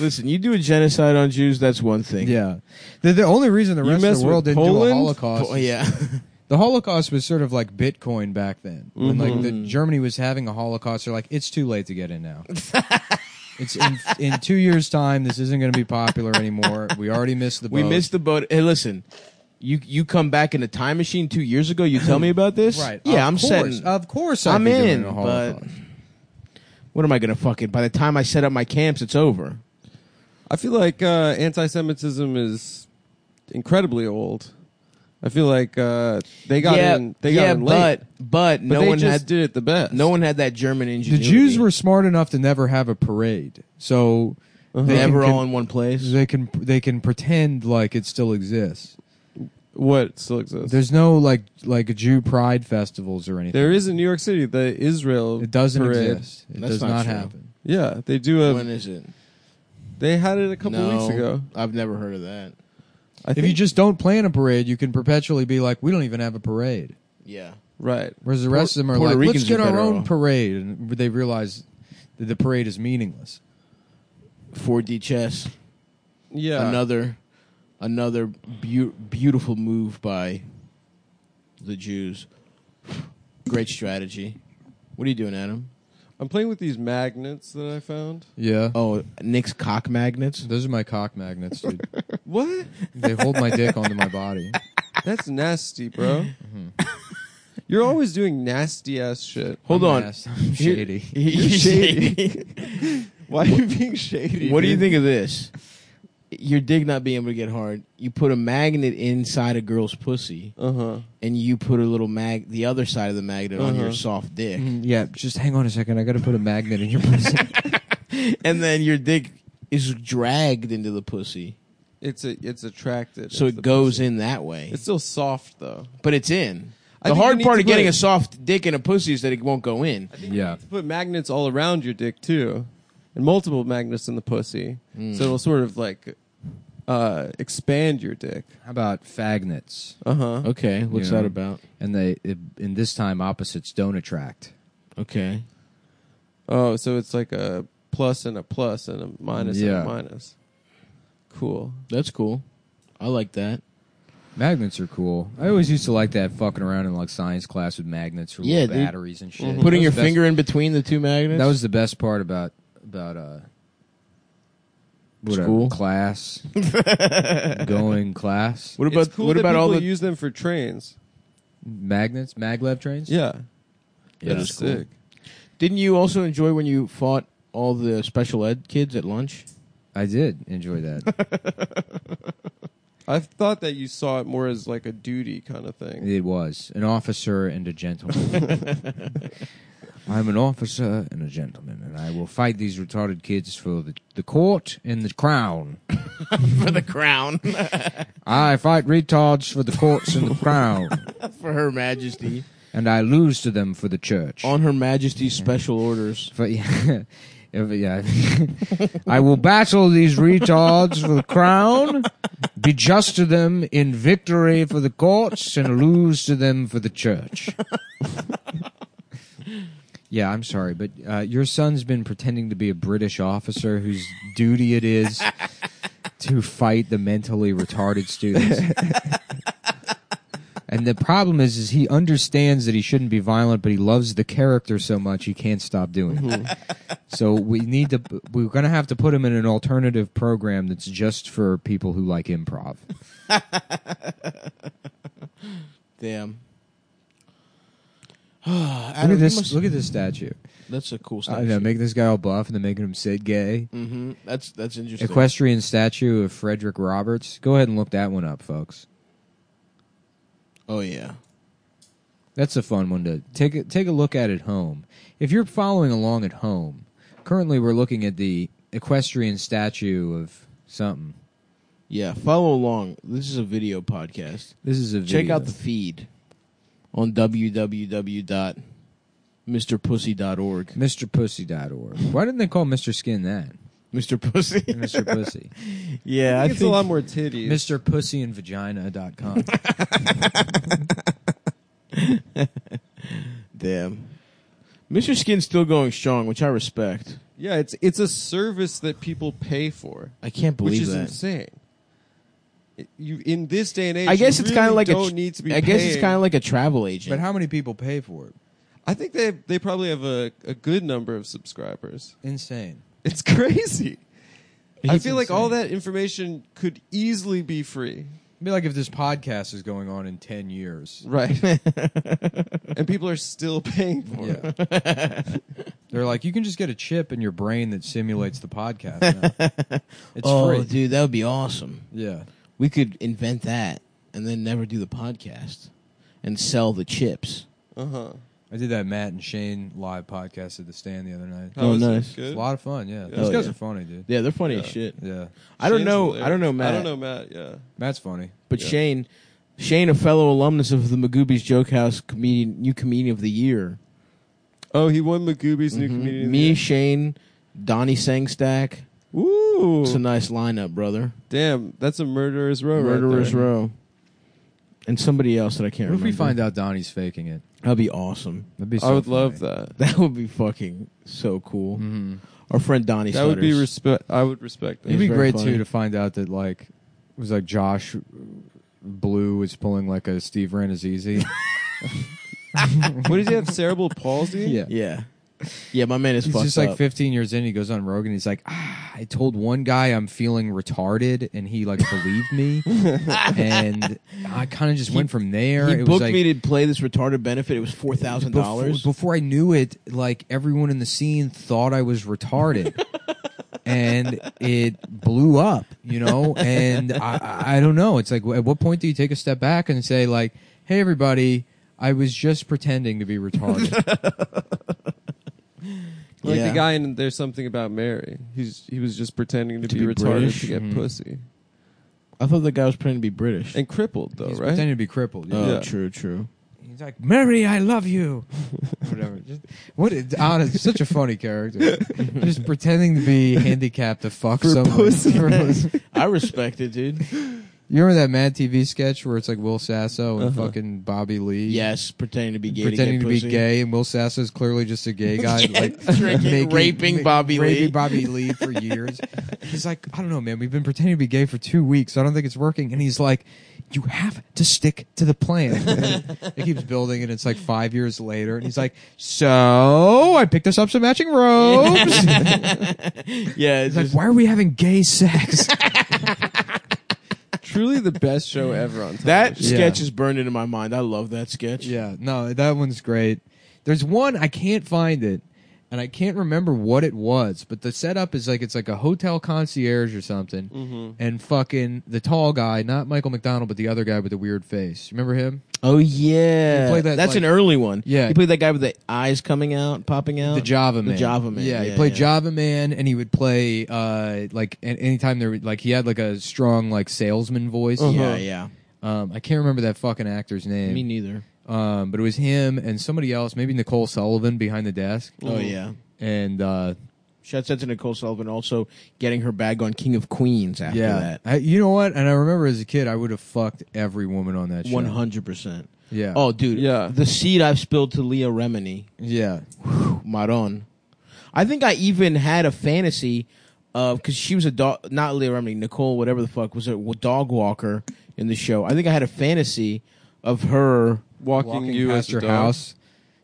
[SPEAKER 2] Listen, you do a genocide on Jews, that's one thing.
[SPEAKER 1] yeah, the, the only reason the
[SPEAKER 4] You
[SPEAKER 1] rest of
[SPEAKER 4] mess
[SPEAKER 1] the
[SPEAKER 4] with
[SPEAKER 1] world didn't do a
[SPEAKER 4] Poland?
[SPEAKER 1] Holocaust
[SPEAKER 2] Po- Oh, yeah.
[SPEAKER 1] the Holocaust was sort of like Bitcoin back then. When like the,
[SPEAKER 2] Mm-hmm.
[SPEAKER 1] Germany was having a Holocaust, they're like, it's too late to get in now. it's in, in two years' time. This isn't going to be popular anymore. We already missed the boat.
[SPEAKER 2] we missed the boat. Hey, listen, you you come back in a time machine two years ago. You tell me about this,
[SPEAKER 1] right.
[SPEAKER 2] Yeah,
[SPEAKER 1] of
[SPEAKER 2] I'm
[SPEAKER 1] course, Uh,
[SPEAKER 2] setting.
[SPEAKER 1] Of course, I'd
[SPEAKER 2] I'm
[SPEAKER 1] be doing
[SPEAKER 2] in,
[SPEAKER 1] a
[SPEAKER 2] but
[SPEAKER 1] Holocaust.
[SPEAKER 2] what am I gonna fucking? By the time I set up my camps, it's over.
[SPEAKER 4] I feel like uh, anti-Semitism is incredibly old. I feel like uh, they got
[SPEAKER 2] yeah,
[SPEAKER 4] in. They got
[SPEAKER 2] yeah,
[SPEAKER 4] in late.
[SPEAKER 2] but but
[SPEAKER 4] But
[SPEAKER 2] no
[SPEAKER 4] they
[SPEAKER 2] one
[SPEAKER 4] just
[SPEAKER 2] had
[SPEAKER 4] did it the best.
[SPEAKER 2] no one had that German
[SPEAKER 1] the
[SPEAKER 2] ingenuity.
[SPEAKER 1] Jews were smart enough to never have a parade, so they can,
[SPEAKER 2] never Uh-huh. all in one place.
[SPEAKER 1] they can they can pretend like it still exists.
[SPEAKER 4] what still exists.
[SPEAKER 1] There's no like like Jew pride festivals or anything.
[SPEAKER 4] There is in New York City the Israel.
[SPEAKER 1] it doesn't
[SPEAKER 4] parade.
[SPEAKER 1] exist. It
[SPEAKER 2] That's
[SPEAKER 1] does
[SPEAKER 2] not
[SPEAKER 1] not
[SPEAKER 2] true.
[SPEAKER 1] happen.
[SPEAKER 4] Yeah, they do a.
[SPEAKER 2] when is it?
[SPEAKER 4] They had it a couple
[SPEAKER 2] no,
[SPEAKER 4] weeks ago.
[SPEAKER 2] I've never heard of that.
[SPEAKER 4] I
[SPEAKER 1] if you just don't plan a parade, you can perpetually be like, we don't even have a parade.
[SPEAKER 2] Yeah,
[SPEAKER 4] Right.
[SPEAKER 1] Whereas the rest of them are
[SPEAKER 2] Puerto
[SPEAKER 1] like,
[SPEAKER 2] Ricans
[SPEAKER 1] let's get
[SPEAKER 2] are
[SPEAKER 1] our
[SPEAKER 2] better
[SPEAKER 1] own
[SPEAKER 2] off."
[SPEAKER 1] parade, and they realize that the parade is meaningless.
[SPEAKER 2] 4D chess.
[SPEAKER 4] Yeah.
[SPEAKER 2] Another, another beau- beautiful move by the Jews. Great strategy. What are you doing, Adam?
[SPEAKER 4] I'm playing with these magnets that I found.
[SPEAKER 1] Yeah,
[SPEAKER 2] Oh, Nick's cock magnets.
[SPEAKER 1] those are my cock magnets, dude.
[SPEAKER 4] What?
[SPEAKER 1] they hold my dick onto my body.
[SPEAKER 4] That's nasty, bro. You're always doing nasty ass shit.
[SPEAKER 2] Mm-hmm. Hold
[SPEAKER 1] I'm
[SPEAKER 2] on.
[SPEAKER 1] ass- I'm
[SPEAKER 2] Here-
[SPEAKER 1] shady.
[SPEAKER 2] shady.
[SPEAKER 4] Why are you being shady?
[SPEAKER 2] what do you
[SPEAKER 4] dude?
[SPEAKER 2] think of this? Your dick not being able to get hard. You put a magnet inside a girl's pussy,
[SPEAKER 4] Uh-huh.
[SPEAKER 2] and you put a little mag, the other side of the magnet, on your
[SPEAKER 4] Uh-huh.
[SPEAKER 2] soft dick,
[SPEAKER 1] Yeah, just hang on a second. I got to put a magnet in your pussy.
[SPEAKER 2] and then your dick is dragged into the pussy,
[SPEAKER 4] It's a it's attracted.
[SPEAKER 2] so
[SPEAKER 4] It's
[SPEAKER 2] it
[SPEAKER 4] the
[SPEAKER 2] goes
[SPEAKER 4] pussy.
[SPEAKER 2] in that way.
[SPEAKER 4] It's still soft though.
[SPEAKER 2] but it's in.
[SPEAKER 4] I
[SPEAKER 2] The
[SPEAKER 4] think you
[SPEAKER 2] hard
[SPEAKER 4] need
[SPEAKER 2] part
[SPEAKER 4] to
[SPEAKER 2] of getting
[SPEAKER 4] put-
[SPEAKER 2] a soft dick in a pussy is that it won't go in.
[SPEAKER 1] yeah,
[SPEAKER 4] Put magnets all around your dick too, and multiple magnets in the pussy,
[SPEAKER 2] Mm.
[SPEAKER 4] so it'll sort of like uh expand your dick.
[SPEAKER 1] how about fagnets?
[SPEAKER 4] Uh huh.
[SPEAKER 2] Okay,
[SPEAKER 1] what's that
[SPEAKER 2] about?
[SPEAKER 1] And they, it, and this time opposites don't attract.
[SPEAKER 2] Okay,
[SPEAKER 4] Oh, so it's like a plus and a plus and a minus
[SPEAKER 1] Yeah.
[SPEAKER 4] and a minus. Cool.
[SPEAKER 2] that's cool. I like that.
[SPEAKER 1] Magnets are cool. I always used to like that fucking around in like science class with magnets or
[SPEAKER 2] Yeah,
[SPEAKER 1] little
[SPEAKER 2] dude. Mm-hmm.
[SPEAKER 1] batteries and shit. That
[SPEAKER 2] Putting
[SPEAKER 1] was
[SPEAKER 2] your
[SPEAKER 1] the best-
[SPEAKER 2] finger in between the two magnets.
[SPEAKER 1] That was the best part about about uh whatever,
[SPEAKER 2] School?
[SPEAKER 1] class going class
[SPEAKER 2] What about
[SPEAKER 4] it's cool
[SPEAKER 2] what
[SPEAKER 4] that
[SPEAKER 2] about
[SPEAKER 4] people
[SPEAKER 2] all the
[SPEAKER 4] use them for trains?
[SPEAKER 1] magnets maglev trains.
[SPEAKER 4] Yeah,
[SPEAKER 2] Yeah,
[SPEAKER 4] that's
[SPEAKER 2] that's cool.
[SPEAKER 4] sick.
[SPEAKER 2] Didn't you also enjoy when you fought all the special ed kids at lunch?
[SPEAKER 1] I did enjoy that.
[SPEAKER 4] I thought that you saw it more as like a duty kind of thing.
[SPEAKER 1] it was an officer and a gentleman. I'm an officer and a gentleman, and I will fight these retarded kids for the, the court and the crown.
[SPEAKER 2] For the crown.
[SPEAKER 1] I fight retards for the courts and the crown,
[SPEAKER 2] For Her Majesty.
[SPEAKER 1] and I lose to them for the church.
[SPEAKER 2] On Her Majesty's special orders.
[SPEAKER 1] But yeah, if- yeah. I will battle these retards for the crown, be just to them in victory for the courts, and lose to them for the church. Yeah, I'm sorry, but uh, your son's been pretending to be a British officer whose duty it is to fight the mentally retarded students. And the problem is, is he understands that he shouldn't be violent, but he loves the character so much he can't stop doing it.
[SPEAKER 2] Mm-hmm.
[SPEAKER 1] so we need to, we're going to have to put him in an alternative program that's just for people who like improv.
[SPEAKER 2] Damn.
[SPEAKER 1] Look
[SPEAKER 2] Adam,
[SPEAKER 1] at
[SPEAKER 2] you
[SPEAKER 1] this,
[SPEAKER 2] must-
[SPEAKER 1] look at this statue.
[SPEAKER 2] That's a
[SPEAKER 1] I
[SPEAKER 2] cool statue.
[SPEAKER 1] know, making this guy all buff and then making him sit gay.
[SPEAKER 2] hmm That's that's interesting.
[SPEAKER 1] Equestrian statue of Frederick Roberts. Go ahead and look that one up, folks.
[SPEAKER 2] oh yeah.
[SPEAKER 1] That's a fun one to take. A, take a look at at home. If you're following along at home, currently we're looking at the equestrian statue of something.
[SPEAKER 2] Yeah, follow along. This is a video podcast.
[SPEAKER 1] This is a video.
[SPEAKER 2] Check out the feed on www.mrpussy.org.
[SPEAKER 1] MrPussy.org. Why didn't they call Mr. Skin that?
[SPEAKER 2] Mr. Pussy.
[SPEAKER 1] Mr. Pussy.
[SPEAKER 2] yeah,
[SPEAKER 4] I think it's a lot more titties.
[SPEAKER 1] Mr. Pussy and Vagina.com.
[SPEAKER 2] Damn. Mr. Skin's still going strong, which I respect.
[SPEAKER 4] yeah, it's it's a service that people pay for,
[SPEAKER 2] I can't
[SPEAKER 4] which
[SPEAKER 2] believe
[SPEAKER 4] is
[SPEAKER 2] that.
[SPEAKER 4] insane. It- you in this day and age,
[SPEAKER 2] I guess
[SPEAKER 4] you
[SPEAKER 2] it's
[SPEAKER 4] really
[SPEAKER 2] kind of like a
[SPEAKER 4] don't
[SPEAKER 2] tr-
[SPEAKER 4] need to be.
[SPEAKER 2] I guess it's
[SPEAKER 4] paying.
[SPEAKER 2] kind of like a travel agent.
[SPEAKER 1] but how many people pay for it?
[SPEAKER 4] I think they they probably have a, a good number of subscribers.
[SPEAKER 1] Insane.
[SPEAKER 4] It's crazy. I
[SPEAKER 2] He's
[SPEAKER 4] feel like
[SPEAKER 2] insane.
[SPEAKER 4] all that information could easily be free,
[SPEAKER 1] It'd be like if this podcast is going on in 10 years.
[SPEAKER 4] right? and people are still paying for it.
[SPEAKER 1] Yeah. They're like, you can just get a chip in your brain that simulates the podcast now. It's
[SPEAKER 2] oh,
[SPEAKER 1] free.
[SPEAKER 2] dude, that would be awesome.
[SPEAKER 1] Yeah.
[SPEAKER 2] We could invent that and then never do the podcast and sell the chips.
[SPEAKER 4] Uh huh.
[SPEAKER 1] I did that Matt and Shane live podcast at the stand the other night.
[SPEAKER 2] Oh, nice.
[SPEAKER 1] It's
[SPEAKER 4] Good?
[SPEAKER 1] a lot of fun, yeah.
[SPEAKER 4] Yeah.
[SPEAKER 1] Those
[SPEAKER 2] Oh,
[SPEAKER 1] guys
[SPEAKER 2] yeah.
[SPEAKER 1] are funny, dude.
[SPEAKER 2] Yeah, they're funny as
[SPEAKER 4] Yeah.
[SPEAKER 2] shit.
[SPEAKER 1] Yeah.
[SPEAKER 2] I don't
[SPEAKER 4] Shane's
[SPEAKER 2] know.
[SPEAKER 4] hilarious.
[SPEAKER 2] I don't know Matt.
[SPEAKER 4] I don't know Matt. Yeah.
[SPEAKER 1] Matt's funny.
[SPEAKER 2] But
[SPEAKER 4] Yeah.
[SPEAKER 2] Shane, Shane, a fellow alumnus of the Magoobies Joke House comedian, new comedian of the year.
[SPEAKER 4] Oh, he won Magooby's new comedian. of the
[SPEAKER 2] Mm-hmm. Me,
[SPEAKER 4] Year.
[SPEAKER 2] Shane, Donnie Sangstack.
[SPEAKER 4] Ooh.
[SPEAKER 2] It's a nice lineup, brother.
[SPEAKER 4] Damn, that's a murderer's row.
[SPEAKER 2] Murderers
[SPEAKER 4] right
[SPEAKER 2] Row. and somebody else that I can't
[SPEAKER 1] What if
[SPEAKER 2] remember.
[SPEAKER 1] we find out Donnie's faking it?
[SPEAKER 2] That'd be awesome.
[SPEAKER 1] That'd be so
[SPEAKER 4] I would
[SPEAKER 1] funny.
[SPEAKER 4] love that.
[SPEAKER 2] That would be fucking so cool.
[SPEAKER 1] Mhm.
[SPEAKER 2] Our friend Donnie.
[SPEAKER 4] Mm-hmm. That would be
[SPEAKER 2] Sutters.
[SPEAKER 4] respect. I would respect
[SPEAKER 1] It'd
[SPEAKER 4] that.
[SPEAKER 1] be
[SPEAKER 2] very
[SPEAKER 1] great
[SPEAKER 2] funny.
[SPEAKER 1] too to find out that like it was like Josh Blue was pulling like a Steve Renazizi.
[SPEAKER 4] what does he have? Cerebral palsy?
[SPEAKER 2] Yeah. Yeah, my man is
[SPEAKER 1] He's
[SPEAKER 2] fucked
[SPEAKER 1] just like
[SPEAKER 2] up.
[SPEAKER 1] 15 years in. He goes on Rogan. He's like, ah, I told one guy I'm feeling retarded, and he like believed me, and I kind of just went from there.
[SPEAKER 2] He
[SPEAKER 1] it was
[SPEAKER 2] booked
[SPEAKER 1] like,
[SPEAKER 2] me to play this retarded benefit. It was four thousand
[SPEAKER 1] before,
[SPEAKER 2] dollars.
[SPEAKER 1] before I knew it, like everyone in the scene thought I was retarded. and it blew up, you know? And I- I, I don't know. It's like, w- at what point do you take a step back and say, like, hey, everybody, I was just pretending to be retarded?
[SPEAKER 4] Like
[SPEAKER 2] Yeah.
[SPEAKER 4] the guy in There's Something About Mary. He's he was just pretending to,
[SPEAKER 2] To be
[SPEAKER 4] be, retarded
[SPEAKER 2] British?
[SPEAKER 4] to get pussy
[SPEAKER 2] I thought the guy was pretending to be British.
[SPEAKER 4] and crippled though,
[SPEAKER 1] He's
[SPEAKER 4] right?
[SPEAKER 1] pretending to be crippled. Yeah.
[SPEAKER 2] oh,
[SPEAKER 4] yeah.
[SPEAKER 2] true, true.
[SPEAKER 1] He's like, Mary, I love you. Whatever. Just, what? a- Honest, such a funny character. Just pretending to be handicapped to fuck someone.
[SPEAKER 2] I respect it, dude.
[SPEAKER 1] You remember that Mad TV sketch where it's like Will Sasso and fucking Bobby Lee?
[SPEAKER 2] Uh-huh. Yes, pretending to be gay.
[SPEAKER 1] Pretending
[SPEAKER 2] to,
[SPEAKER 1] to,
[SPEAKER 2] get
[SPEAKER 1] be
[SPEAKER 2] pussy.
[SPEAKER 1] gay, and Will Sasso is clearly just a gay guy,
[SPEAKER 2] Yeah,
[SPEAKER 1] like
[SPEAKER 2] drinking, raping Bobby Lee.
[SPEAKER 1] raping Bobby Lee for years. he's like, I don't know, man. We've been pretending to be gay for two weeks. I don't think it's working. And he's like, you have to stick to the plan. it keeps building, and it's like five years later, and he's like, so I picked us up some matching robes.
[SPEAKER 2] Yeah, it's
[SPEAKER 1] he's like,
[SPEAKER 2] just-
[SPEAKER 1] why are we having gay sex?
[SPEAKER 4] Truly the best show ever on television.
[SPEAKER 2] that
[SPEAKER 1] Yeah.
[SPEAKER 2] sketch is burned into my mind. I love that sketch.
[SPEAKER 1] Yeah, no, that one's great. There's one I can't find it, and I can't remember what it was, but the setup is like it's like a hotel concierge or something,
[SPEAKER 2] Mm-hmm.
[SPEAKER 1] and fucking the tall guy, not Michael McDonald, but the other guy with the weird face. Remember him?
[SPEAKER 2] Oh yeah,
[SPEAKER 1] He played that,
[SPEAKER 2] that's
[SPEAKER 1] like-
[SPEAKER 2] an early one.
[SPEAKER 1] Yeah.
[SPEAKER 2] he played that guy with the eyes coming out, popping out.
[SPEAKER 1] The Java Man.
[SPEAKER 2] Um, The Java Man.
[SPEAKER 1] Yeah,
[SPEAKER 2] Yeah,
[SPEAKER 1] he played
[SPEAKER 2] yeah.
[SPEAKER 1] Java Man, and he would play uh like an- anytime there would- like he had like a strong like salesman voice.
[SPEAKER 2] Uh-huh. Yeah, yeah.
[SPEAKER 1] Um, I can't remember that fucking actor's name.
[SPEAKER 2] Me neither.
[SPEAKER 1] um, but it was him and somebody else, maybe Nicole Sullivan behind the desk.
[SPEAKER 2] Oh yeah.
[SPEAKER 1] And uh,
[SPEAKER 2] Shouts out to Nicole Sullivan also getting her bag on King of Queens after that.
[SPEAKER 1] I, you know what? And I remember as a kid, I would have fucked every woman on that show.
[SPEAKER 2] One hundred percent.
[SPEAKER 1] Yeah.
[SPEAKER 2] Oh, dude.
[SPEAKER 4] Yeah.
[SPEAKER 2] The seed I've spilled to Leah Remini,
[SPEAKER 1] yeah.
[SPEAKER 2] Maron. I think I even had a fantasy of because she was a dog, not Leah Remini, Nicole, whatever the fuck was a w- dog walker in the show. I think I had a fantasy of her.
[SPEAKER 4] walking,
[SPEAKER 1] Walking
[SPEAKER 4] you
[SPEAKER 1] past
[SPEAKER 4] as
[SPEAKER 1] your
[SPEAKER 4] a dog.
[SPEAKER 1] house,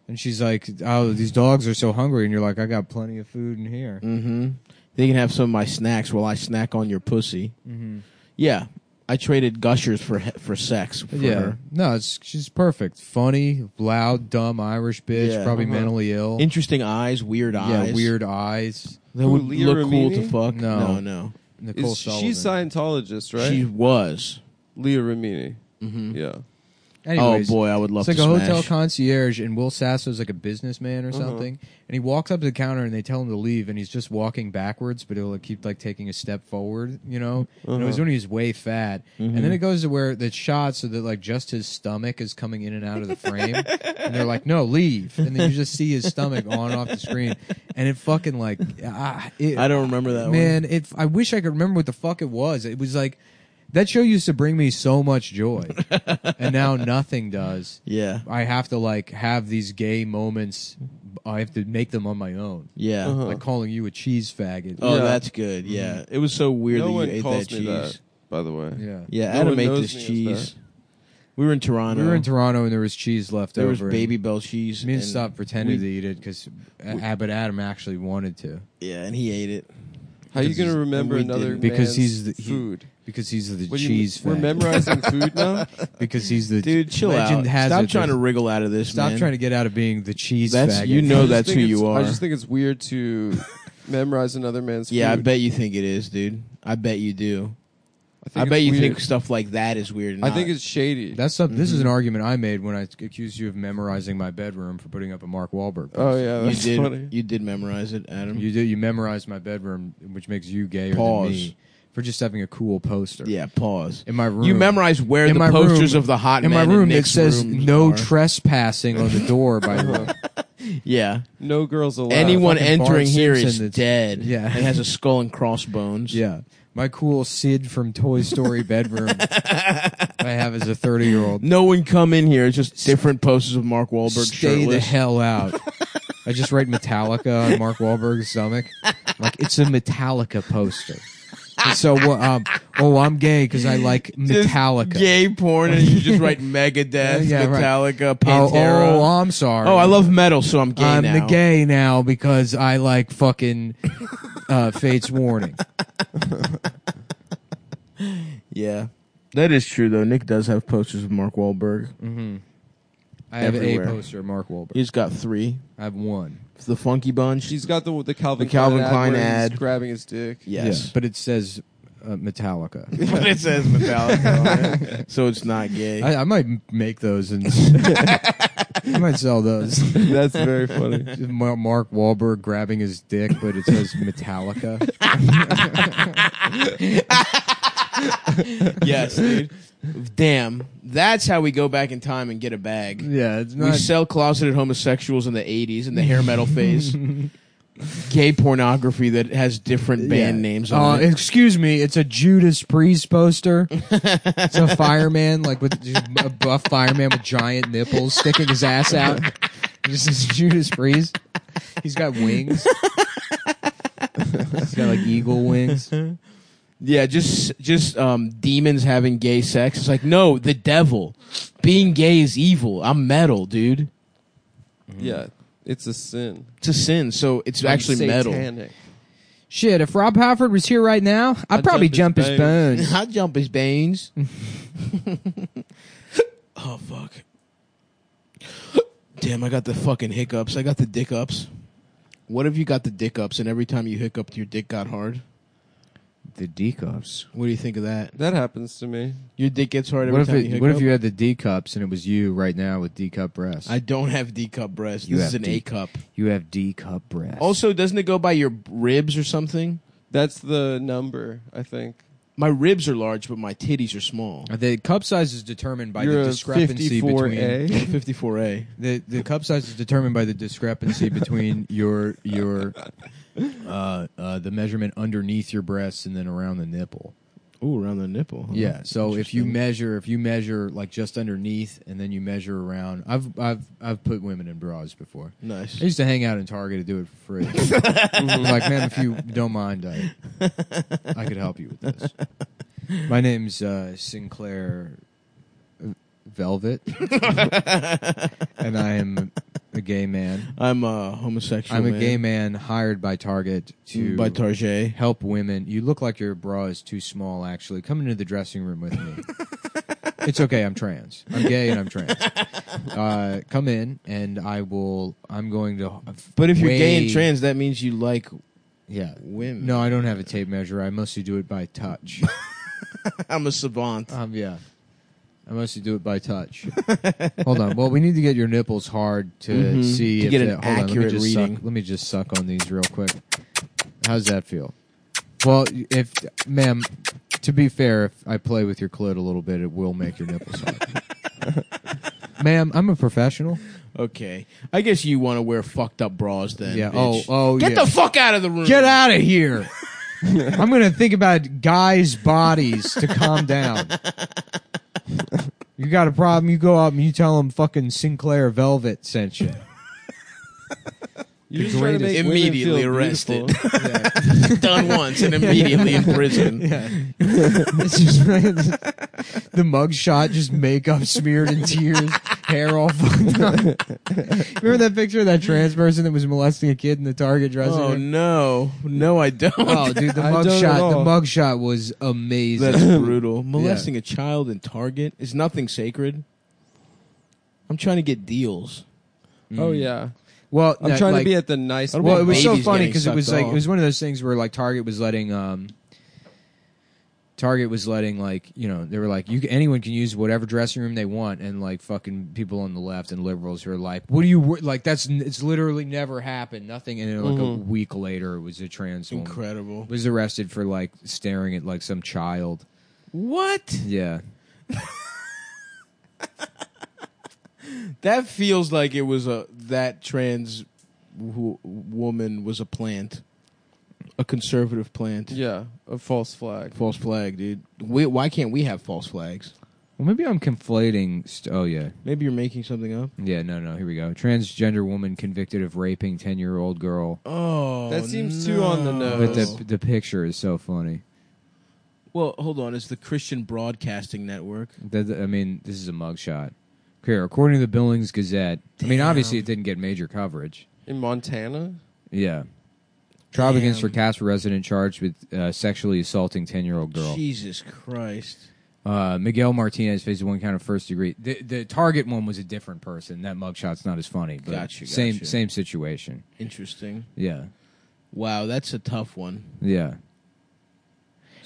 [SPEAKER 1] and she's like, "Oh, these dogs are so hungry," and you're like, "I got plenty of food in here."
[SPEAKER 2] Mm-hmm. They can have some of my snacks while I snack on your pussy.
[SPEAKER 1] Mm-hmm.
[SPEAKER 2] Yeah. I traded gushers for he- for sex. For
[SPEAKER 1] yeah.
[SPEAKER 2] Her.
[SPEAKER 1] No, it's she's perfect, funny, loud, dumb Irish bitch,
[SPEAKER 2] Yeah.
[SPEAKER 1] probably
[SPEAKER 2] Uh-huh.
[SPEAKER 1] mentally ill.
[SPEAKER 2] Interesting eyes, weird eyes.
[SPEAKER 1] Yeah, weird eyes.
[SPEAKER 2] That
[SPEAKER 4] Who,
[SPEAKER 2] would
[SPEAKER 4] Leah
[SPEAKER 2] look cool to
[SPEAKER 4] Remini?
[SPEAKER 2] fuck.
[SPEAKER 1] No.
[SPEAKER 2] no. no.
[SPEAKER 1] Nicole
[SPEAKER 4] Is,
[SPEAKER 1] Sullivan.
[SPEAKER 4] she's Scientologist, right?
[SPEAKER 2] She was.
[SPEAKER 4] Leah Remini. Yeah.
[SPEAKER 1] Anyways,
[SPEAKER 2] oh boy, I would love
[SPEAKER 1] It's like
[SPEAKER 2] to
[SPEAKER 1] a
[SPEAKER 2] smash.
[SPEAKER 1] hotel concierge, and Will Sasso's like a businessman or something, and he walks up to the counter, and they tell him to leave, and he's just walking backwards, but he'll like, keep like taking a step forward, you know. And it was when he was way fat, and then it goes to where the shot so that like just his stomach is coming in and out of the frame, and they're like, "No, leave," and then you just see his stomach on and off the screen, and it fucking like, ah, it,
[SPEAKER 2] I don't remember that
[SPEAKER 1] man, it. I wish I could remember what the fuck it was. It was like that show used to bring me so much joy, and now nothing does.
[SPEAKER 2] Yeah.
[SPEAKER 1] I have to like have these gay moments. I have to make them on my own.
[SPEAKER 2] Yeah.
[SPEAKER 4] Uh-huh.
[SPEAKER 1] Like calling you a cheese faggot.
[SPEAKER 2] Oh,
[SPEAKER 4] Yeah.
[SPEAKER 2] that's good. Yeah. It was so weird
[SPEAKER 4] no
[SPEAKER 2] that you
[SPEAKER 4] one
[SPEAKER 2] ate
[SPEAKER 4] calls
[SPEAKER 2] that
[SPEAKER 4] me
[SPEAKER 2] cheese.
[SPEAKER 4] that, by the way.
[SPEAKER 1] yeah.
[SPEAKER 2] Yeah,
[SPEAKER 4] No
[SPEAKER 2] Adam
[SPEAKER 4] one
[SPEAKER 2] ate
[SPEAKER 4] knows
[SPEAKER 2] this
[SPEAKER 4] me as
[SPEAKER 2] cheese.
[SPEAKER 4] that.
[SPEAKER 2] We were in Toronto.
[SPEAKER 1] We were in Toronto and there was cheese left
[SPEAKER 2] There
[SPEAKER 1] over.
[SPEAKER 2] was baby bell cheese.
[SPEAKER 1] And me and
[SPEAKER 2] and-
[SPEAKER 1] stopped pretending
[SPEAKER 2] we-
[SPEAKER 1] to eat it because Abbott Adam actually wanted to
[SPEAKER 2] Yeah, and he ate it.
[SPEAKER 4] How are you going to remember
[SPEAKER 2] we
[SPEAKER 4] another
[SPEAKER 2] didn't.
[SPEAKER 1] Because
[SPEAKER 4] man's
[SPEAKER 1] he's the- he-
[SPEAKER 4] food?
[SPEAKER 1] because he's the
[SPEAKER 4] What do you-
[SPEAKER 1] cheese.
[SPEAKER 4] We're
[SPEAKER 1] faggot.
[SPEAKER 4] memorizing food now.
[SPEAKER 1] because he's the
[SPEAKER 2] Dude, chill
[SPEAKER 1] legend
[SPEAKER 2] out.
[SPEAKER 1] Has
[SPEAKER 2] Stop
[SPEAKER 1] it
[SPEAKER 2] trying
[SPEAKER 1] that-
[SPEAKER 2] to wriggle out of this,
[SPEAKER 1] stop
[SPEAKER 2] man.
[SPEAKER 1] trying to get out of being the cheese.
[SPEAKER 2] That's-
[SPEAKER 1] faggot.
[SPEAKER 2] you know
[SPEAKER 4] I just
[SPEAKER 2] that's
[SPEAKER 4] think
[SPEAKER 2] who you
[SPEAKER 4] it's-
[SPEAKER 2] are.
[SPEAKER 4] I just think it's weird to memorize another man's
[SPEAKER 2] Yeah, I
[SPEAKER 4] food.
[SPEAKER 2] bet you think it is, dude. I bet you do. I,
[SPEAKER 4] think
[SPEAKER 2] bet
[SPEAKER 4] it's
[SPEAKER 2] you
[SPEAKER 4] weird.
[SPEAKER 2] think stuff like that is weird. and
[SPEAKER 4] I
[SPEAKER 2] not-
[SPEAKER 4] think it's shady.
[SPEAKER 1] That's some, This
[SPEAKER 2] Mm-hmm.
[SPEAKER 1] is an argument I made when I accused you of memorizing my bedroom for putting up a Mark Wahlberg.
[SPEAKER 4] oh yeah,
[SPEAKER 2] you
[SPEAKER 4] that's
[SPEAKER 2] did.
[SPEAKER 4] funny.
[SPEAKER 2] You did memorize it, Adam.
[SPEAKER 1] You did. You memorized my bedroom, which makes you gayer
[SPEAKER 2] Pause.
[SPEAKER 1] than me for just having a cool poster.
[SPEAKER 2] yeah, pause.
[SPEAKER 1] In my room.
[SPEAKER 2] You memorize where
[SPEAKER 1] in
[SPEAKER 2] the
[SPEAKER 1] my
[SPEAKER 2] posters
[SPEAKER 1] room-
[SPEAKER 2] of the hot
[SPEAKER 1] in my
[SPEAKER 2] men
[SPEAKER 1] room it
[SPEAKER 2] Nick's
[SPEAKER 1] says
[SPEAKER 2] rooms
[SPEAKER 1] no
[SPEAKER 2] are.
[SPEAKER 1] trespassing on the door. By the way,
[SPEAKER 2] yeah,
[SPEAKER 4] no girls allowed.
[SPEAKER 2] anyone
[SPEAKER 1] fucking Bart
[SPEAKER 2] entering here is
[SPEAKER 1] Simpson that's-
[SPEAKER 2] dead.
[SPEAKER 1] Yeah.
[SPEAKER 2] and has a skull and crossbones.
[SPEAKER 1] yeah, my cool Sid from Toy Story bedroom I have as a 30 year old.
[SPEAKER 2] No one come in here. It's just different posters of Mark Wahlberg
[SPEAKER 1] Stay the
[SPEAKER 2] shirtless.
[SPEAKER 1] hell out. I just write Metallica on Mark Wahlberg's stomach. I'm like it's a Metallica poster. And so what? Um, oh, I'm gay because I like
[SPEAKER 2] Just
[SPEAKER 1] Metallica.
[SPEAKER 2] Gay porn, and you just write Megadeth,
[SPEAKER 1] Yeah, right.
[SPEAKER 2] Metallica,
[SPEAKER 1] Oh,
[SPEAKER 2] Pantera.
[SPEAKER 1] oh, I'm sorry.
[SPEAKER 2] Oh, I love metal, so I'm gay
[SPEAKER 1] I'm
[SPEAKER 2] now.
[SPEAKER 1] the gay now because I like fucking uh, Fate's Warning.
[SPEAKER 2] Yeah, that is true though. Nick does have posters of Mark Wahlberg.
[SPEAKER 1] Mm. I have
[SPEAKER 2] Everywhere.
[SPEAKER 1] a poster of Mark Wahlberg.
[SPEAKER 2] He's got three.
[SPEAKER 1] I have one.
[SPEAKER 2] It's the Funky Bunch.
[SPEAKER 4] She's got the the Calvin
[SPEAKER 2] The Calvin Klein
[SPEAKER 4] where he's
[SPEAKER 2] ad.
[SPEAKER 4] grabbing his dick.
[SPEAKER 1] Yeah,
[SPEAKER 2] yes,
[SPEAKER 1] but it says uh, Metallica.
[SPEAKER 2] but it says Metallica, on it, so it's not gay.
[SPEAKER 1] I, I might m- make those and I might sell those.
[SPEAKER 4] That's very funny.
[SPEAKER 2] Mm-hmm.
[SPEAKER 1] Just Mar- Mark Wahlberg grabbing his dick, but it says Metallica.
[SPEAKER 2] yes, dude. Damn, that's how we go back in time and get a bag.
[SPEAKER 1] yeah, it's
[SPEAKER 2] We
[SPEAKER 1] not.
[SPEAKER 2] sell closeted homosexuals in the '80s in the hair metal phase. gay pornography that has different band
[SPEAKER 1] Yeah.
[SPEAKER 2] names
[SPEAKER 1] Uh,
[SPEAKER 2] on it.
[SPEAKER 1] excuse me, it's a Judas Priest poster. it's a fireman, like with a buff fireman with giant nipples sticking his ass out. This is Judas Priest. He's got wings. He's got like eagle wings.
[SPEAKER 2] Yeah, just just um, demons having gay sex. It's like no, the devil. Being gay is evil. I'm metal, dude.
[SPEAKER 4] Yeah, it's a sin.
[SPEAKER 2] It's a sin, so it's actually metal.
[SPEAKER 4] Satanic.
[SPEAKER 1] Shit, if Rob Halford was here right now, I'd,
[SPEAKER 4] I'd
[SPEAKER 1] probably jump
[SPEAKER 4] jump his
[SPEAKER 1] his bones.
[SPEAKER 2] I jump his veins. oh fuck! Damn, I got the fucking hiccups. I got the dick ups. What if you got the dick ups, and every time you hiccuped, your dick got hard?
[SPEAKER 1] The decups.
[SPEAKER 2] What do you think of that?
[SPEAKER 4] That happens to me.
[SPEAKER 2] Your dick gets hard every
[SPEAKER 1] What if
[SPEAKER 2] time
[SPEAKER 1] it,
[SPEAKER 2] you hiccup.
[SPEAKER 1] What if you had the D cups and it was you right now with D cup breasts?
[SPEAKER 2] I don't have D cup breasts.
[SPEAKER 1] You
[SPEAKER 2] This
[SPEAKER 1] have
[SPEAKER 2] is an
[SPEAKER 1] D-
[SPEAKER 2] A cup.
[SPEAKER 1] you have D cup breasts.
[SPEAKER 2] Also, doesn't it go by your ribs or something?
[SPEAKER 4] That's the number, I think.
[SPEAKER 2] My ribs are large, but my titties are small.
[SPEAKER 1] the cup size is determined by
[SPEAKER 4] You're
[SPEAKER 1] the
[SPEAKER 4] a
[SPEAKER 1] discrepancy between
[SPEAKER 4] 54A.
[SPEAKER 2] 54A.
[SPEAKER 1] the the cup size is determined by the discrepancy between your your uh, uh, the measurement underneath your breasts and then around the nipple.
[SPEAKER 2] Ooh, around the nipple. huh?
[SPEAKER 1] Yeah. So if you
[SPEAKER 2] Mm-hmm. Interesting.
[SPEAKER 1] measure, if you measure like just underneath, and then you measure around, I've I've I've put women in bras before. I
[SPEAKER 2] Nice.
[SPEAKER 1] used to hang out in Target to do it for free. I was like, man, if you don't mind, I, I could help you with this. My name's uh, Sinclair Velvet, and I am a gay man.
[SPEAKER 2] I'm a homosexual.
[SPEAKER 1] I'm a gay man hired by Target to
[SPEAKER 2] By Target.
[SPEAKER 1] help women. You look like your bra is too small, actually. Come into the dressing room with me. it's okay. I'm trans. I'm gay and I'm trans. Uh, come in, and I will. I'm going to.
[SPEAKER 2] But if you're gay and
[SPEAKER 1] weigh-
[SPEAKER 2] trans, that means you like
[SPEAKER 1] yeah.
[SPEAKER 2] women.
[SPEAKER 1] No, I don't have a tape measure. I mostly do it by touch.
[SPEAKER 2] I'm a savant.
[SPEAKER 1] um, yeah. I mostly do it by touch. hold on. Well, we need to get your nipples hard to
[SPEAKER 2] Mhm.
[SPEAKER 1] see
[SPEAKER 2] To
[SPEAKER 1] if
[SPEAKER 2] get an
[SPEAKER 1] they- hold on, let
[SPEAKER 2] accurate
[SPEAKER 1] me just
[SPEAKER 2] reading.
[SPEAKER 1] Suck, let me just suck on these real quick. How's that feel? Well, if ma'am, to be fair, if I play with your clit a little bit, it will make your nipples hard. ma'am, I'm a professional.
[SPEAKER 2] Okay. I guess you want to wear fucked up bras then.
[SPEAKER 1] yeah.
[SPEAKER 2] bitch.
[SPEAKER 1] Oh, oh,
[SPEAKER 2] Get
[SPEAKER 1] yeah.
[SPEAKER 2] the fuck out of the room.
[SPEAKER 1] Get out of here. I'm going to think about guys' bodies to calm down. You got a problem, you go up and you tell them fucking Sinclair Velvet sent you.
[SPEAKER 4] You're just trying to make
[SPEAKER 2] greatest-
[SPEAKER 4] women feel
[SPEAKER 2] Immediately arrested.
[SPEAKER 4] beautiful.
[SPEAKER 2] Done once and immediately in prison.
[SPEAKER 1] It's just the mugshot, just makeup smeared in tears, hair all fucked up. Remember that picture of that trans person that was molesting a kid in the Target dressing
[SPEAKER 2] Oh,
[SPEAKER 1] room?
[SPEAKER 2] no. No, I don't.
[SPEAKER 1] Oh, dude, the
[SPEAKER 4] I don't at
[SPEAKER 1] mugshot,
[SPEAKER 4] all.
[SPEAKER 1] the mugshot was amazing.
[SPEAKER 2] That's brutal. Molesting a child in Target is nothing sacred. I'm trying to get deals.
[SPEAKER 4] Oh yeah.
[SPEAKER 1] well,
[SPEAKER 4] I'm
[SPEAKER 1] that,
[SPEAKER 4] trying to
[SPEAKER 1] like-
[SPEAKER 4] be at the nice.
[SPEAKER 2] What
[SPEAKER 1] Well,
[SPEAKER 2] about
[SPEAKER 1] it was so
[SPEAKER 2] babies
[SPEAKER 1] funny
[SPEAKER 2] getting
[SPEAKER 1] because it was
[SPEAKER 2] sucked
[SPEAKER 1] like
[SPEAKER 2] off?
[SPEAKER 1] it was one of those things where like Target was letting um Target was letting like you know they were like you anyone can use whatever dressing room they want and like fucking people on the left and liberals who are like what do you wor- like that's n- it's literally never happened nothing and then, like
[SPEAKER 2] Mm-hmm.
[SPEAKER 1] a week later it was a trans woman
[SPEAKER 2] Incredible.
[SPEAKER 1] was arrested for like staring at like some child
[SPEAKER 2] What?
[SPEAKER 1] yeah
[SPEAKER 2] That feels like it was a that trans w- woman was a plant, a conservative plant.
[SPEAKER 4] Yeah, a false flag.
[SPEAKER 2] False flag, dude. We, why can't we have false flags?
[SPEAKER 1] Well, maybe I'm conflating. St- oh yeah,
[SPEAKER 2] Maybe you're making something up.
[SPEAKER 1] yeah. No, no. Here we go. Transgender woman convicted of raping ten year old girl.
[SPEAKER 2] Oh,
[SPEAKER 4] That seems too on the
[SPEAKER 2] no.
[SPEAKER 1] But the the picture is so funny.
[SPEAKER 2] well, hold on. It's the Christian Broadcasting Network.
[SPEAKER 1] The, the- I mean, this is a mugshot. Here, according to the Billings Gazette, I mean, obviously it didn't get major coverage.
[SPEAKER 4] in Montana.
[SPEAKER 1] Yeah. Trial begins for
[SPEAKER 2] Damn.
[SPEAKER 1] Casper resident charged with uh, sexually assaulting 10 year old girl.
[SPEAKER 2] Jesus Christ.
[SPEAKER 1] Uh, Miguel Martinez faces one count of first degree. The, the target one was a different person. That mugshot's not as funny, but
[SPEAKER 2] Gotcha,
[SPEAKER 1] same
[SPEAKER 2] gotcha.
[SPEAKER 1] same situation.
[SPEAKER 2] Interesting.
[SPEAKER 1] Yeah,
[SPEAKER 2] Wow, that's a tough one.
[SPEAKER 1] yeah.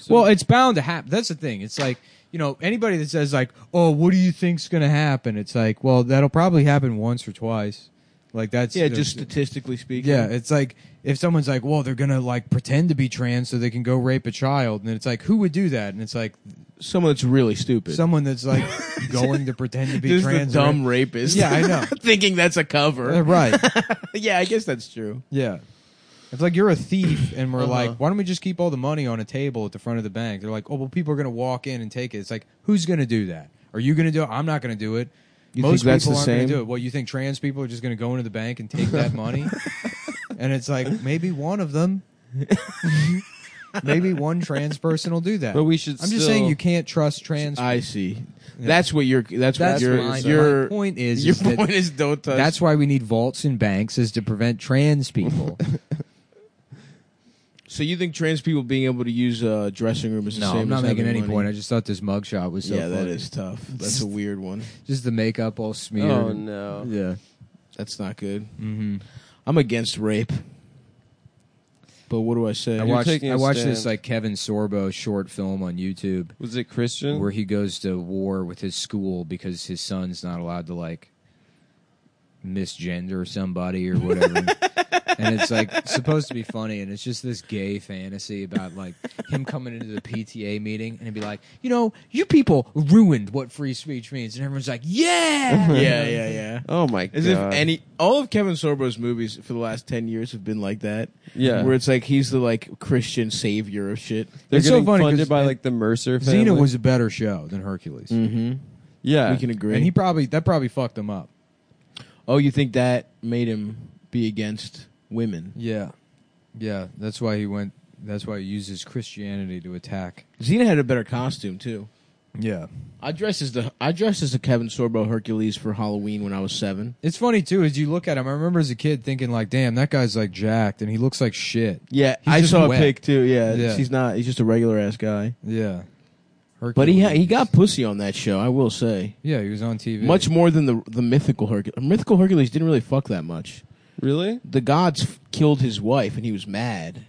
[SPEAKER 1] well, it's bound to happen. That's the thing. It's like you know anybody that says like, "Oh, what do you think's going to happen?" It's like, well, that'll probably happen once or twice. Like that's
[SPEAKER 2] Yeah, just statistically speaking.
[SPEAKER 1] Yeah, it's like if someone's like, "Well, they're gonna like pretend to be trans so they can go rape a child," and it's like, who would do that? And it's like
[SPEAKER 2] Someone that's really stupid.
[SPEAKER 1] someone that's like going to pretend to be
[SPEAKER 2] Just
[SPEAKER 1] trans.
[SPEAKER 2] the dumb rapist.
[SPEAKER 1] Yeah, I know.
[SPEAKER 2] Thinking that's a
[SPEAKER 1] Uh,
[SPEAKER 2] cover.
[SPEAKER 1] right?
[SPEAKER 2] yeah, I guess that's true.
[SPEAKER 1] Yeah. It's like you're a thief, and we're
[SPEAKER 2] Uh-huh.
[SPEAKER 1] like, why don't we just keep all the money on a table at the front of the bank? They're like, oh, well, people are going to walk in and take it. It's like, who's going to do that? Are you going to do it? I'm not going to do it.
[SPEAKER 2] You
[SPEAKER 1] Most
[SPEAKER 2] think that's
[SPEAKER 1] people
[SPEAKER 2] the
[SPEAKER 1] aren't going
[SPEAKER 2] same?
[SPEAKER 1] to do it. Well, you think trans people are just going to go into the bank and take that money? and it's like, maybe one of them. maybe one trans person will do that.
[SPEAKER 4] But we should
[SPEAKER 1] I'm just
[SPEAKER 4] still-
[SPEAKER 1] saying you can't trust trans
[SPEAKER 2] I see. That's what you're. That's,
[SPEAKER 1] That's
[SPEAKER 2] what your
[SPEAKER 1] my-
[SPEAKER 2] your
[SPEAKER 1] my point is,
[SPEAKER 2] Your
[SPEAKER 1] is that-
[SPEAKER 2] point is don't touch.
[SPEAKER 1] That's why we need vaults and banks is to prevent trans people.
[SPEAKER 2] so you think trans people being able to use a dressing room is the
[SPEAKER 1] no,
[SPEAKER 2] same?
[SPEAKER 1] I'm not
[SPEAKER 2] as
[SPEAKER 1] making
[SPEAKER 2] having
[SPEAKER 1] any
[SPEAKER 2] money?
[SPEAKER 1] point. I just thought this mugshot was so
[SPEAKER 2] yeah, that
[SPEAKER 1] funny.
[SPEAKER 2] is tough. That's a weird one.
[SPEAKER 1] Just the makeup all smeared. Mm-hmm.
[SPEAKER 4] Oh no!
[SPEAKER 1] Yeah.
[SPEAKER 2] That's not good. I'm against rape. But what do I say?
[SPEAKER 1] I
[SPEAKER 4] You're
[SPEAKER 1] watched
[SPEAKER 4] taking a
[SPEAKER 1] I watched this
[SPEAKER 4] stand.
[SPEAKER 1] like Kevin Sorbo short film on YouTube
[SPEAKER 4] Was it Christian?
[SPEAKER 1] where he goes to war with his school because his son's not allowed to like misgender somebody or whatever. and it's like supposed to be funny and it's just this gay fantasy about like him coming into the PTA meeting and he'd be like, "You know, you people ruined what free speech means." And everyone's like, "Yeah!"
[SPEAKER 2] yeah, yeah, yeah.
[SPEAKER 4] oh my
[SPEAKER 2] As
[SPEAKER 4] god!
[SPEAKER 2] if any all of Kevin Sorbo's movies for the last ten years have been like that.
[SPEAKER 4] Yeah.
[SPEAKER 2] where it's like he's the like Christian savior of shit.
[SPEAKER 4] they're
[SPEAKER 1] It's so
[SPEAKER 4] getting
[SPEAKER 1] funny 'cause
[SPEAKER 4] funded by like the Mercer family.
[SPEAKER 1] Xena was a better show than Hercules.
[SPEAKER 4] Mm-hmm. yeah.
[SPEAKER 2] We can agree.
[SPEAKER 1] And he probably that probably fucked him up.
[SPEAKER 2] oh, you think that made him be against women?
[SPEAKER 1] Yeah, yeah. That's why he went. That's why he uses Christianity to attack.
[SPEAKER 2] Xena had a better costume too.
[SPEAKER 1] Yeah,
[SPEAKER 2] I dressed as the I dressed as a Kevin Sorbo Hercules for Halloween when I was seven.
[SPEAKER 1] it's funny too. As you look at him, I remember as a kid thinking like, "Damn, that guy's like jacked, and he looks like shit."
[SPEAKER 2] Yeah,
[SPEAKER 1] He's
[SPEAKER 2] I
[SPEAKER 1] just
[SPEAKER 2] saw
[SPEAKER 1] wet.
[SPEAKER 2] a pic too. Yeah,
[SPEAKER 1] Yeah.
[SPEAKER 2] he's not. He's just a regular ass guy.
[SPEAKER 1] Yeah,
[SPEAKER 2] But he ha- he
[SPEAKER 1] Hercules.
[SPEAKER 2] got pussy on that show. I will say
[SPEAKER 1] yeah, he was on TV.
[SPEAKER 2] much more than the the mythical Hercules. Mythical Hercules didn't really fuck that much.
[SPEAKER 4] really
[SPEAKER 2] the gods f- killed his wife and he was mad.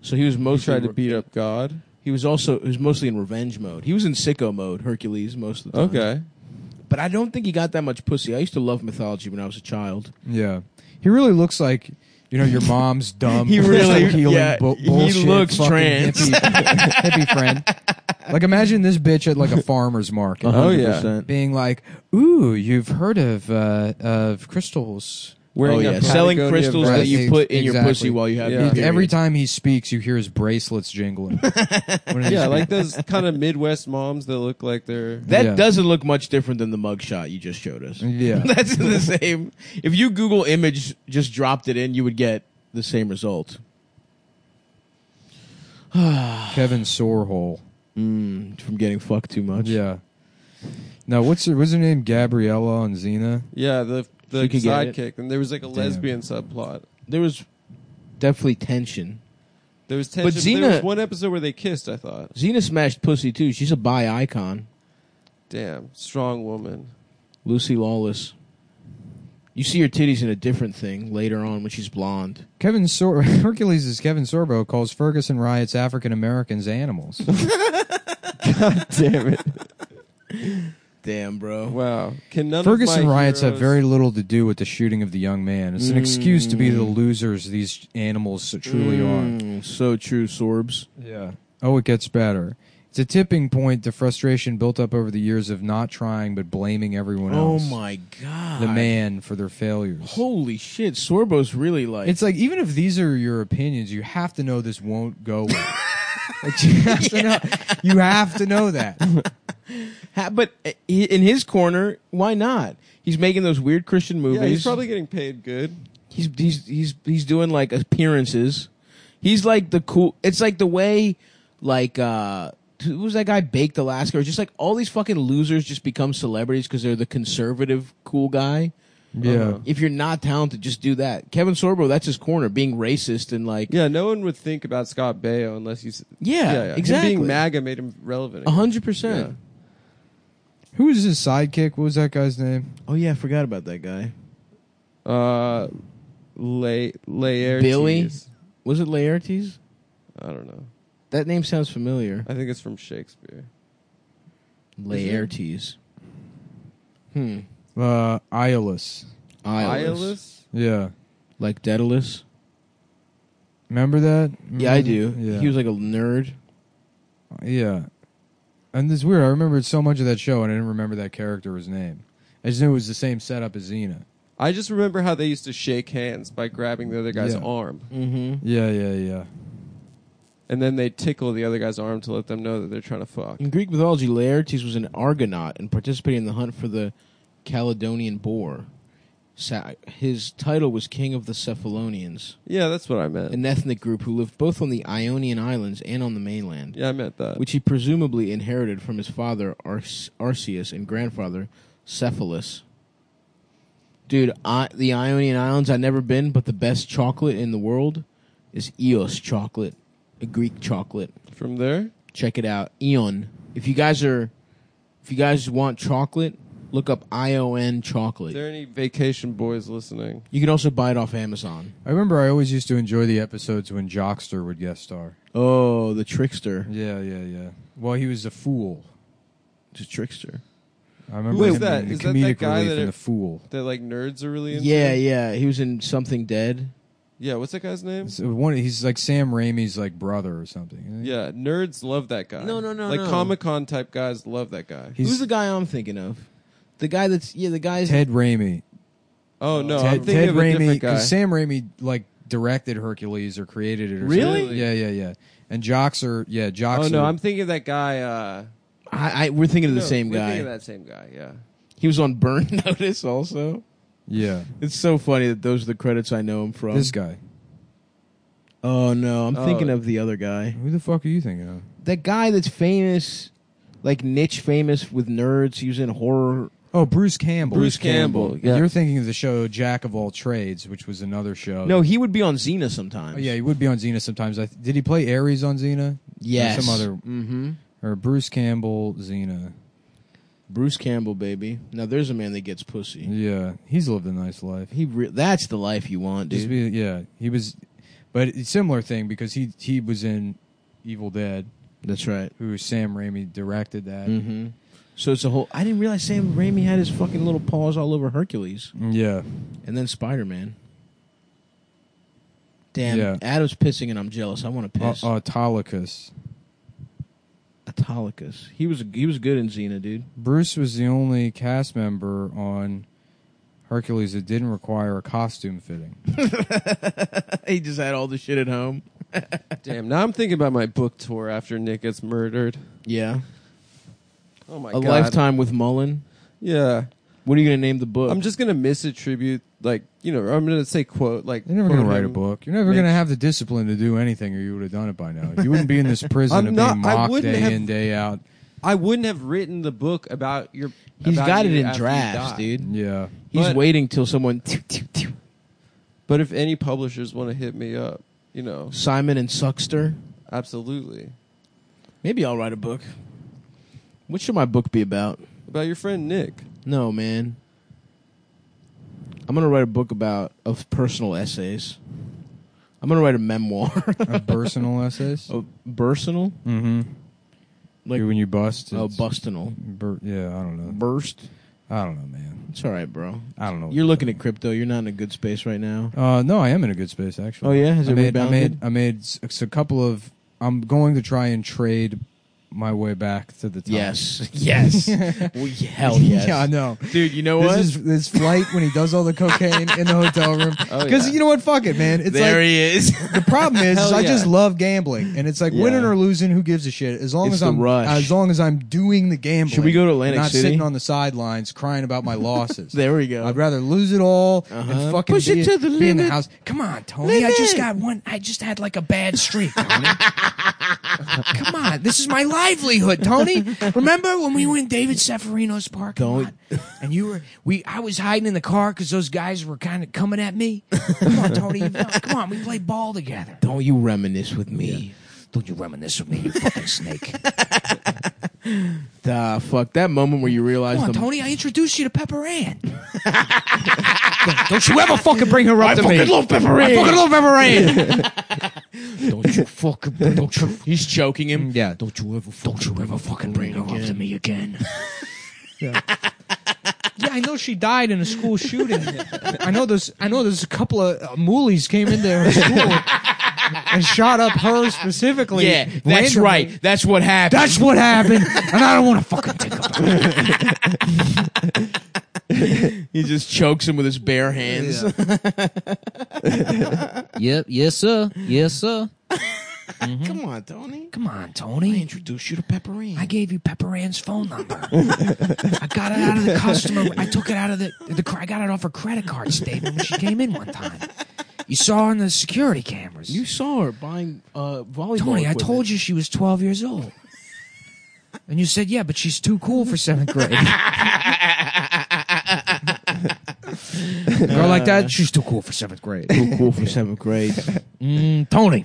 [SPEAKER 2] So he was mostly
[SPEAKER 4] tried to beat up God.
[SPEAKER 2] he was also he was mostly in revenge mode. He was in sicko mode, Hercules most of the time.
[SPEAKER 4] Okay.
[SPEAKER 2] But I don't think he got that much pussy. I used to love mythology when I was a child.
[SPEAKER 1] Yeah, he really looks like you know your mom's dumb.
[SPEAKER 2] He really-
[SPEAKER 1] healing
[SPEAKER 2] yeah,
[SPEAKER 1] bu-
[SPEAKER 2] he
[SPEAKER 1] bullshit.
[SPEAKER 2] looks
[SPEAKER 1] fucking
[SPEAKER 2] trans.
[SPEAKER 1] hippie, hippie friend. Like imagine this bitch at like a farmer's market.
[SPEAKER 2] Uh-huh.
[SPEAKER 4] Oh, yeah.
[SPEAKER 1] being like, "Ooh, you've heard of uh, of crystals."
[SPEAKER 2] Oh,
[SPEAKER 4] a
[SPEAKER 2] yeah. Selling
[SPEAKER 4] Patagonia
[SPEAKER 2] crystals
[SPEAKER 4] vest.
[SPEAKER 2] that you put in your
[SPEAKER 1] Exactly.
[SPEAKER 2] pussy while you have
[SPEAKER 4] Yeah.
[SPEAKER 2] your period.
[SPEAKER 1] Every time he speaks, you hear his bracelets jingling. When he's-
[SPEAKER 4] Yeah, like those kind of Midwest moms that look like they're.
[SPEAKER 2] That
[SPEAKER 1] Yeah.
[SPEAKER 2] doesn't look much different than the mugshot you just showed us.
[SPEAKER 1] yeah,
[SPEAKER 2] That's the same. If you Google image just dropped it in, you would get the same result.
[SPEAKER 1] Kevin Sorhole.
[SPEAKER 2] Mm, from getting fucked too much.
[SPEAKER 1] Yeah. Now, what's her? What's her name? Gabriella on Xena.
[SPEAKER 4] Yeah, the the
[SPEAKER 2] You could get it.
[SPEAKER 4] sidekick, and there was like a lesbian subplot.
[SPEAKER 2] There was definitely tension.
[SPEAKER 4] There was tension.
[SPEAKER 2] Xena-
[SPEAKER 4] there was one episode where they kissed. I thought,
[SPEAKER 2] Xena smashed pussy too. She's a bi icon.
[SPEAKER 4] damn, strong woman.
[SPEAKER 2] Lucy Lawless. You see her titties in a different thing later on when she's blonde.
[SPEAKER 1] Kevin Sor- Hercules' Kevin Sorbo calls Ferguson riots African Americans animals.
[SPEAKER 4] Damn it!
[SPEAKER 2] Damn, bro.
[SPEAKER 4] Wow. Can none of
[SPEAKER 1] Ferguson
[SPEAKER 4] my
[SPEAKER 1] riots have
[SPEAKER 4] heroes-
[SPEAKER 1] very little to do with the shooting of the young man. It's an excuse to be the
[SPEAKER 4] Mm.
[SPEAKER 1] losers these animals truly are.
[SPEAKER 2] Mm, so true, Sorbs.
[SPEAKER 1] Yeah. Oh, it gets better. It's a tipping point to frustration built up over the years of not trying but blaming everyone
[SPEAKER 2] Oh
[SPEAKER 1] else.
[SPEAKER 2] my god.
[SPEAKER 1] The man for their failures.
[SPEAKER 2] Holy shit, Sorbo's really like
[SPEAKER 1] It's like even if these are your opinions, you have to know this won't go well. Like, you, have to know, you have to know that.
[SPEAKER 2] Ha- but uh, he, in his corner, why not? He's making those weird Christian movies.
[SPEAKER 4] Yeah, he's probably getting paid good.
[SPEAKER 2] he's he's he's he's doing like appearances. He's like the cool. It's like the way like uh who was that guy Baked Alaska or just like all these fucking losers just become celebrities because they're the conservative cool guy.
[SPEAKER 1] Uh-huh.
[SPEAKER 4] Yeah.
[SPEAKER 2] If you're not talented, just do that. Kevin Sorbo, that's his corner, being racist and like
[SPEAKER 4] Yeah, no one would think about Scott Baio unless you. s-
[SPEAKER 2] Yeah,
[SPEAKER 4] Him
[SPEAKER 2] exactly.
[SPEAKER 4] being MAGA made him relevant.
[SPEAKER 2] a
[SPEAKER 4] again.
[SPEAKER 2] hundred percent.
[SPEAKER 1] Who was his sidekick? What was that guy's name?
[SPEAKER 2] Oh yeah, I forgot about that guy.
[SPEAKER 4] Uh, lay Laertes.
[SPEAKER 2] Billy? Was it Laertes?
[SPEAKER 4] I don't know.
[SPEAKER 2] That name sounds familiar.
[SPEAKER 4] I think it's from Shakespeare.
[SPEAKER 2] Laertes. Hmm.
[SPEAKER 1] Uh, Iolus.
[SPEAKER 4] Iolus.
[SPEAKER 1] Yeah.
[SPEAKER 2] Like Daedalus.
[SPEAKER 1] Remember that?
[SPEAKER 2] Mm-hmm. Yeah, I do.
[SPEAKER 1] Yeah.
[SPEAKER 2] He was like a nerd.
[SPEAKER 1] yeah. And this is weird. I remembered so much of that show, and I didn't remember that character's name. I just knew it was the same setup as Xena.
[SPEAKER 4] I just remember how they used to shake hands by grabbing the other guy's
[SPEAKER 1] Yeah.
[SPEAKER 4] arm,
[SPEAKER 2] Mm-hmm.
[SPEAKER 1] Yeah, yeah, yeah.
[SPEAKER 4] and then they tickle the other guy's arm to let them know that they're trying to fuck.
[SPEAKER 2] In Greek mythology, Laertes was an Argonaut and participated in the hunt for the Caledonian boar. Sa- His title was King of the Cephalonians,
[SPEAKER 4] Yeah, that's what I meant.
[SPEAKER 2] an ethnic group who lived both on the Ionian Islands and on the mainland,
[SPEAKER 4] yeah, I meant that.
[SPEAKER 2] which he presumably inherited from his father Arce- Arceus and grandfather Cephalus. Dude, I- the Ionian Islands I've never been, but the best chocolate in the world is Eos chocolate, a Greek chocolate.
[SPEAKER 4] from there,
[SPEAKER 2] check it out. Eon. If you guys are, if you guys want chocolate, look up I O N
[SPEAKER 4] is
[SPEAKER 2] chocolate.
[SPEAKER 4] there any vacation boys listening?
[SPEAKER 2] you can also buy it off Amazon.
[SPEAKER 1] I remember I always used to enjoy the episodes when Jockster would guest star.
[SPEAKER 2] Oh, the trickster.
[SPEAKER 1] Yeah, yeah, yeah. Well, he was the fool.
[SPEAKER 2] The trickster.
[SPEAKER 1] I remember
[SPEAKER 4] Who is
[SPEAKER 1] him
[SPEAKER 4] that?
[SPEAKER 1] in the
[SPEAKER 4] Is that that
[SPEAKER 1] comedic
[SPEAKER 4] guy
[SPEAKER 1] relief
[SPEAKER 4] that
[SPEAKER 1] in
[SPEAKER 4] it-
[SPEAKER 1] the fool.
[SPEAKER 4] That like nerds are really into.
[SPEAKER 2] Yeah, yeah. He was in Something Dead.
[SPEAKER 4] Yeah, what's that guy's name?
[SPEAKER 1] It's uh, one, he's like Sam Raimi's like brother or something.
[SPEAKER 4] Yeah, nerds love that guy.
[SPEAKER 2] No, no, no,
[SPEAKER 4] Like
[SPEAKER 2] no.
[SPEAKER 4] Comic Con type guys love that guy.
[SPEAKER 1] He's-
[SPEAKER 2] Who's the guy I'm thinking of? The guy that's yeah, the guy's
[SPEAKER 1] Ted Raimi.
[SPEAKER 4] oh no, I'm
[SPEAKER 1] Ted,
[SPEAKER 4] thinking
[SPEAKER 1] Ted
[SPEAKER 4] of a
[SPEAKER 1] Raimi.
[SPEAKER 4] different guy.
[SPEAKER 1] Because Sam Raimi like directed Hercules or created it. Or
[SPEAKER 2] Really?
[SPEAKER 1] Something. Yeah, yeah, yeah. And Joxer. Yeah, Joxer.
[SPEAKER 4] oh no, I'm thinking of that guy. Uh,
[SPEAKER 2] I, I we're thinking of the
[SPEAKER 4] no,
[SPEAKER 2] same
[SPEAKER 4] we're
[SPEAKER 2] guy.
[SPEAKER 4] Thinking of that same guy. Yeah.
[SPEAKER 2] He was on Burn Notice also.
[SPEAKER 1] Yeah,
[SPEAKER 2] It's so funny that those are the credits I know him from.
[SPEAKER 1] this guy.
[SPEAKER 2] oh no, I'm
[SPEAKER 4] Oh.
[SPEAKER 2] thinking of the other guy.
[SPEAKER 1] Who the fuck are you thinking of?
[SPEAKER 2] That guy that's famous, like niche famous with nerds. He was in horror
[SPEAKER 1] Oh, Bruce Campbell.
[SPEAKER 4] Bruce Campbell, yeah.
[SPEAKER 1] You're thinking of the show Jack of All Trades, which was another show.
[SPEAKER 2] No, he would be on Xena sometimes.
[SPEAKER 1] Oh, yeah, he would be on Xena sometimes. I th- did he play Ares on Xena?
[SPEAKER 2] Yes.
[SPEAKER 1] Or some other
[SPEAKER 2] Mm-hmm.
[SPEAKER 1] or Bruce Campbell Xena.
[SPEAKER 2] Bruce Campbell, baby. Now there's a man that gets pussy.
[SPEAKER 1] Yeah, he's lived a nice life.
[SPEAKER 2] He re- that's the life you want,
[SPEAKER 1] Just
[SPEAKER 2] dude.
[SPEAKER 1] be, yeah, he was, but it's similar thing because he he was in Evil Dead,
[SPEAKER 2] that's right.
[SPEAKER 1] who Sam Raimi directed that.
[SPEAKER 2] Mm-hmm. So it's a whole. I didn't realize Sam Raimi had his fucking little paws all over Hercules,
[SPEAKER 1] Yeah,
[SPEAKER 2] and then Spider Man. Damn,
[SPEAKER 1] Yeah.
[SPEAKER 2] Adam's pissing, and I'm jealous. I want to
[SPEAKER 1] uh,
[SPEAKER 2] piss.
[SPEAKER 1] Autolycus.
[SPEAKER 2] Autolycus. He was he was good in Xena, dude.
[SPEAKER 1] Bruce was the only cast member on Hercules that didn't require a costume fitting.
[SPEAKER 2] he just had all the shit at home.
[SPEAKER 4] Damn. Now I'm thinking about my book tour after Nick gets murdered.
[SPEAKER 2] Yeah,
[SPEAKER 4] Oh my
[SPEAKER 2] a
[SPEAKER 4] god.
[SPEAKER 2] lifetime with Mullen.
[SPEAKER 4] Yeah.
[SPEAKER 2] What are you gonna name the book?
[SPEAKER 4] I'm just gonna misattribute like you know I'm gonna say quote like
[SPEAKER 1] You're never
[SPEAKER 4] quote
[SPEAKER 1] going to write a
[SPEAKER 4] him.
[SPEAKER 1] book. You're never
[SPEAKER 4] Make-
[SPEAKER 1] going to have the discipline to do anything, or you would have done it by now. You wouldn't be in this prison
[SPEAKER 4] I'm
[SPEAKER 1] of
[SPEAKER 4] not-
[SPEAKER 1] being
[SPEAKER 4] I
[SPEAKER 1] mocked
[SPEAKER 4] wouldn't
[SPEAKER 1] day
[SPEAKER 4] have-
[SPEAKER 1] in day out.
[SPEAKER 4] I wouldn't have written the book about your.
[SPEAKER 2] He's
[SPEAKER 4] about
[SPEAKER 2] got
[SPEAKER 4] you
[SPEAKER 2] it in
[SPEAKER 4] after you
[SPEAKER 2] drafts,
[SPEAKER 4] die.
[SPEAKER 2] dude.
[SPEAKER 1] Yeah,
[SPEAKER 2] He's
[SPEAKER 4] But-
[SPEAKER 2] waiting till someone
[SPEAKER 4] But if any publishers want to hit me up, you know,
[SPEAKER 2] Simon and Suckster.
[SPEAKER 4] absolutely.
[SPEAKER 2] Maybe I'll write a book. What should my book be about?
[SPEAKER 4] About your friend Nick.
[SPEAKER 2] No, man. I'm gonna write a book about of personal essays. I'm gonna write a memoir.
[SPEAKER 1] a personal essays.
[SPEAKER 2] a personal?
[SPEAKER 1] Mm-hmm.
[SPEAKER 2] Oh. Like
[SPEAKER 1] when you bust.
[SPEAKER 2] a
[SPEAKER 1] it's-
[SPEAKER 2] bustinal.
[SPEAKER 1] Bur- yeah, I don't know.
[SPEAKER 2] Burst.
[SPEAKER 1] I don't know, man.
[SPEAKER 2] It's all right, bro.
[SPEAKER 1] I don't know.
[SPEAKER 2] You're looking at crypto. You're not in a good space right now.
[SPEAKER 1] Uh, no, I am in a good space actually.
[SPEAKER 2] Oh, yeah? Has
[SPEAKER 1] I
[SPEAKER 2] it
[SPEAKER 1] made, I
[SPEAKER 2] rebounded?
[SPEAKER 1] made I made s- s- a couple of. I'm going to try and trade
[SPEAKER 6] my way back to the top.
[SPEAKER 2] Yes. Yes. well, yeah, hell yes.
[SPEAKER 6] Yeah, I know.
[SPEAKER 2] Dude, you know
[SPEAKER 6] This
[SPEAKER 2] what?
[SPEAKER 6] is this flight when he does all the cocaine in the hotel room.
[SPEAKER 4] Oh,
[SPEAKER 6] Because
[SPEAKER 4] yeah.
[SPEAKER 6] you know what? Fuck it, man. It's
[SPEAKER 2] there
[SPEAKER 6] like,
[SPEAKER 2] he is.
[SPEAKER 6] the problem is, is
[SPEAKER 4] Hell
[SPEAKER 6] I
[SPEAKER 4] yeah.
[SPEAKER 6] just love gambling, and it's like
[SPEAKER 4] Yeah.
[SPEAKER 6] winning or losing, who gives a shit? As long
[SPEAKER 2] It's
[SPEAKER 6] as
[SPEAKER 2] the
[SPEAKER 6] I'm
[SPEAKER 2] rush.
[SPEAKER 6] as long as I'm doing the gambling.
[SPEAKER 2] Should we go to Atlantic
[SPEAKER 6] not
[SPEAKER 2] City?
[SPEAKER 6] sitting on the sidelines crying about my losses.
[SPEAKER 2] there we go.
[SPEAKER 6] I'd rather lose it all
[SPEAKER 2] Uh-huh.
[SPEAKER 6] and fucking
[SPEAKER 2] Push
[SPEAKER 6] be,
[SPEAKER 2] it to the
[SPEAKER 6] be in the
[SPEAKER 2] limit.
[SPEAKER 6] house. Come on, Tony. I just got one. I just had like a bad streak, Tony. Come on, this is my livelihood, Tony. Remember when we were in David Seferino's parking lot, and you were we? I was hiding in the car because those guys were kind of coming at me. Come on, Tony. you know, Come on, we play ball together.
[SPEAKER 2] Don't you reminisce with me.
[SPEAKER 6] Don't you reminisce with me, you fucking snake.
[SPEAKER 2] Ah, fuck. That moment where you realize
[SPEAKER 6] Come on,
[SPEAKER 2] the
[SPEAKER 6] Tony. I introduced you to Pepper Ann. Don't you ever fucking bring her up to me.
[SPEAKER 2] love Pepper
[SPEAKER 6] I fucking love Pepper Ann.
[SPEAKER 2] Don't you fucking don't you He's choking him.
[SPEAKER 6] Yeah.
[SPEAKER 2] Don't you ever fucking Don't you ever fucking
[SPEAKER 6] bring her up to
[SPEAKER 2] me again.
[SPEAKER 6] Yeah, I know she died in a school shooting. I know there's I know there's a couple of uh, moolies came into her school and shot up her specifically.
[SPEAKER 2] Yeah, that's
[SPEAKER 6] randomly.
[SPEAKER 2] right. That's what happened.
[SPEAKER 6] That's what happened, and I don't want to fucking think about it.
[SPEAKER 2] he just chokes him with his bare hands.
[SPEAKER 1] Yep. Yes, sir. Yes, sir.
[SPEAKER 2] Come on, Tony.
[SPEAKER 6] Come on, Tony.
[SPEAKER 2] Introduce you to Pepperine.
[SPEAKER 6] I gave you Pepper Ann's phone number. I got it out of the customer. I took it out of the, the cr- I got it off her credit card statement when she came in one time. You saw her on the security cameras.
[SPEAKER 2] you saw her buying uh, volleyball.
[SPEAKER 6] Tony, I told you she was 12 years old. And you said, yeah, but she's too cool for seventh grade. Girl like that, she's too cool for seventh grade.
[SPEAKER 2] you. Cool for seventh grade.
[SPEAKER 6] Mm, Tony,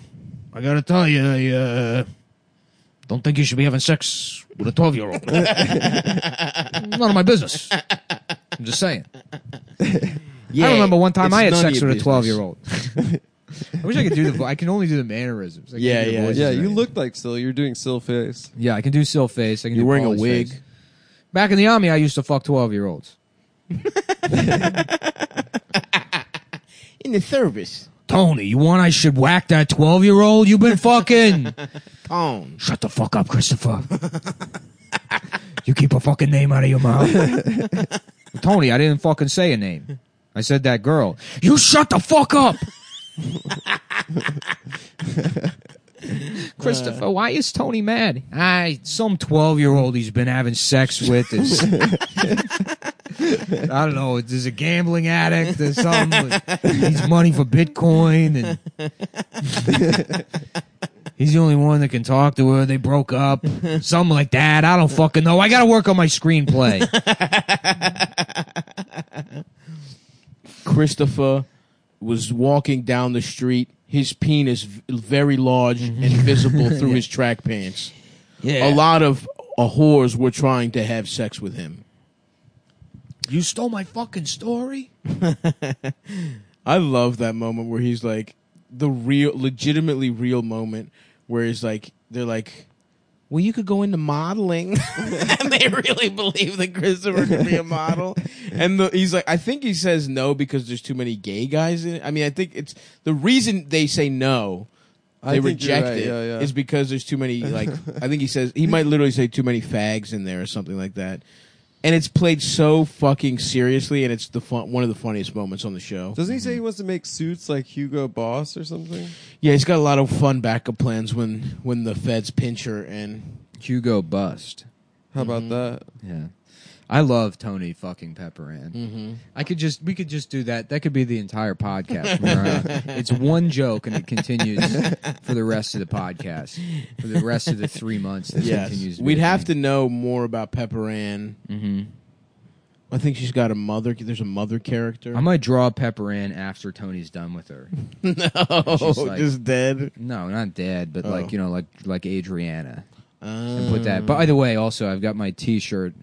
[SPEAKER 6] I gotta tell you, I uh, don't think you should be having sex with a 12 year old. None of my business. I'm just saying. I remember one time
[SPEAKER 2] it's
[SPEAKER 6] I had
[SPEAKER 2] none of
[SPEAKER 6] sex
[SPEAKER 2] your
[SPEAKER 6] with
[SPEAKER 2] business.
[SPEAKER 6] a 12 year old. I wish I could do the. vo- I can only do the mannerisms. I can't
[SPEAKER 2] Yeah,
[SPEAKER 6] do the
[SPEAKER 2] yeah,
[SPEAKER 6] voices
[SPEAKER 4] Yeah,
[SPEAKER 6] or
[SPEAKER 4] you
[SPEAKER 6] anything.
[SPEAKER 4] look like still. You're doing still face.
[SPEAKER 6] Yeah, I can do still face. I can
[SPEAKER 2] You're
[SPEAKER 6] do
[SPEAKER 2] wearing a
[SPEAKER 6] Polly's
[SPEAKER 2] wig.
[SPEAKER 6] face. Back in the army, I used to fuck twelve year olds.
[SPEAKER 2] In the service.
[SPEAKER 6] Tony, you want I should whack that twelve year old you've been fucking?
[SPEAKER 2] Tone.
[SPEAKER 6] Shut the fuck up, Christopher. you keep a fucking name out of your mouth. Tony, I didn't fucking say a name. I said that girl. You shut the fuck up. Christopher, why is Tony mad? I some twelve year old he's been having sex with is I don't know, is a gambling addict or something. He's money for Bitcoin and He's the only one that can talk to her. They broke up. Something like that. I don't fucking know. I got to work on my screenplay.
[SPEAKER 2] Christopher was walking down the street. His penis v- very large and visible through his track pants.
[SPEAKER 6] Yeah.
[SPEAKER 2] A lot of uh, whores were trying to have sex with him.
[SPEAKER 6] You stole my fucking story?
[SPEAKER 2] I love that moment where he's like the real, legitimately real moment where he's like, they're like, well, you could go into modeling. and they really believe that Christopher could be a model. And the, he's like, I think he says no because there's too many gay guys in it. I mean, I think it's the reason they say no. They
[SPEAKER 4] I think you're
[SPEAKER 2] reject
[SPEAKER 4] right,
[SPEAKER 2] it
[SPEAKER 4] yeah, yeah.
[SPEAKER 2] is because there's too many like I think he says he might literally say too many fags in there or something like that, and it's played so fucking seriously and it's the fun, one of the funniest moments on the show.
[SPEAKER 4] Doesn't he say he wants to make suits like Hugo Boss or something?
[SPEAKER 2] Yeah, he's got a lot of fun backup plans when when the feds pinch her and
[SPEAKER 6] Hugo Bust.
[SPEAKER 4] How about that?
[SPEAKER 6] Yeah. I love Tony fucking Pepper Ann. I could just, we could just do that. That could be the entire podcast. from here on out. it's one joke and it continues for the rest of the podcast, for the rest of the three months. This continues.
[SPEAKER 2] we'd have to know more about Pepper Ann.
[SPEAKER 6] hmm
[SPEAKER 2] I think she's got a mother. There's a mother character.
[SPEAKER 6] Mm-hmm. I might draw Pepper Ann after Tony's done with her.
[SPEAKER 2] no,
[SPEAKER 6] She's like-
[SPEAKER 2] Oh, just dead.
[SPEAKER 6] No, not dead, but
[SPEAKER 2] Oh.
[SPEAKER 6] like you know, like like Adriana.
[SPEAKER 2] Um,
[SPEAKER 6] and put that. By the way, also I've got my T-shirt,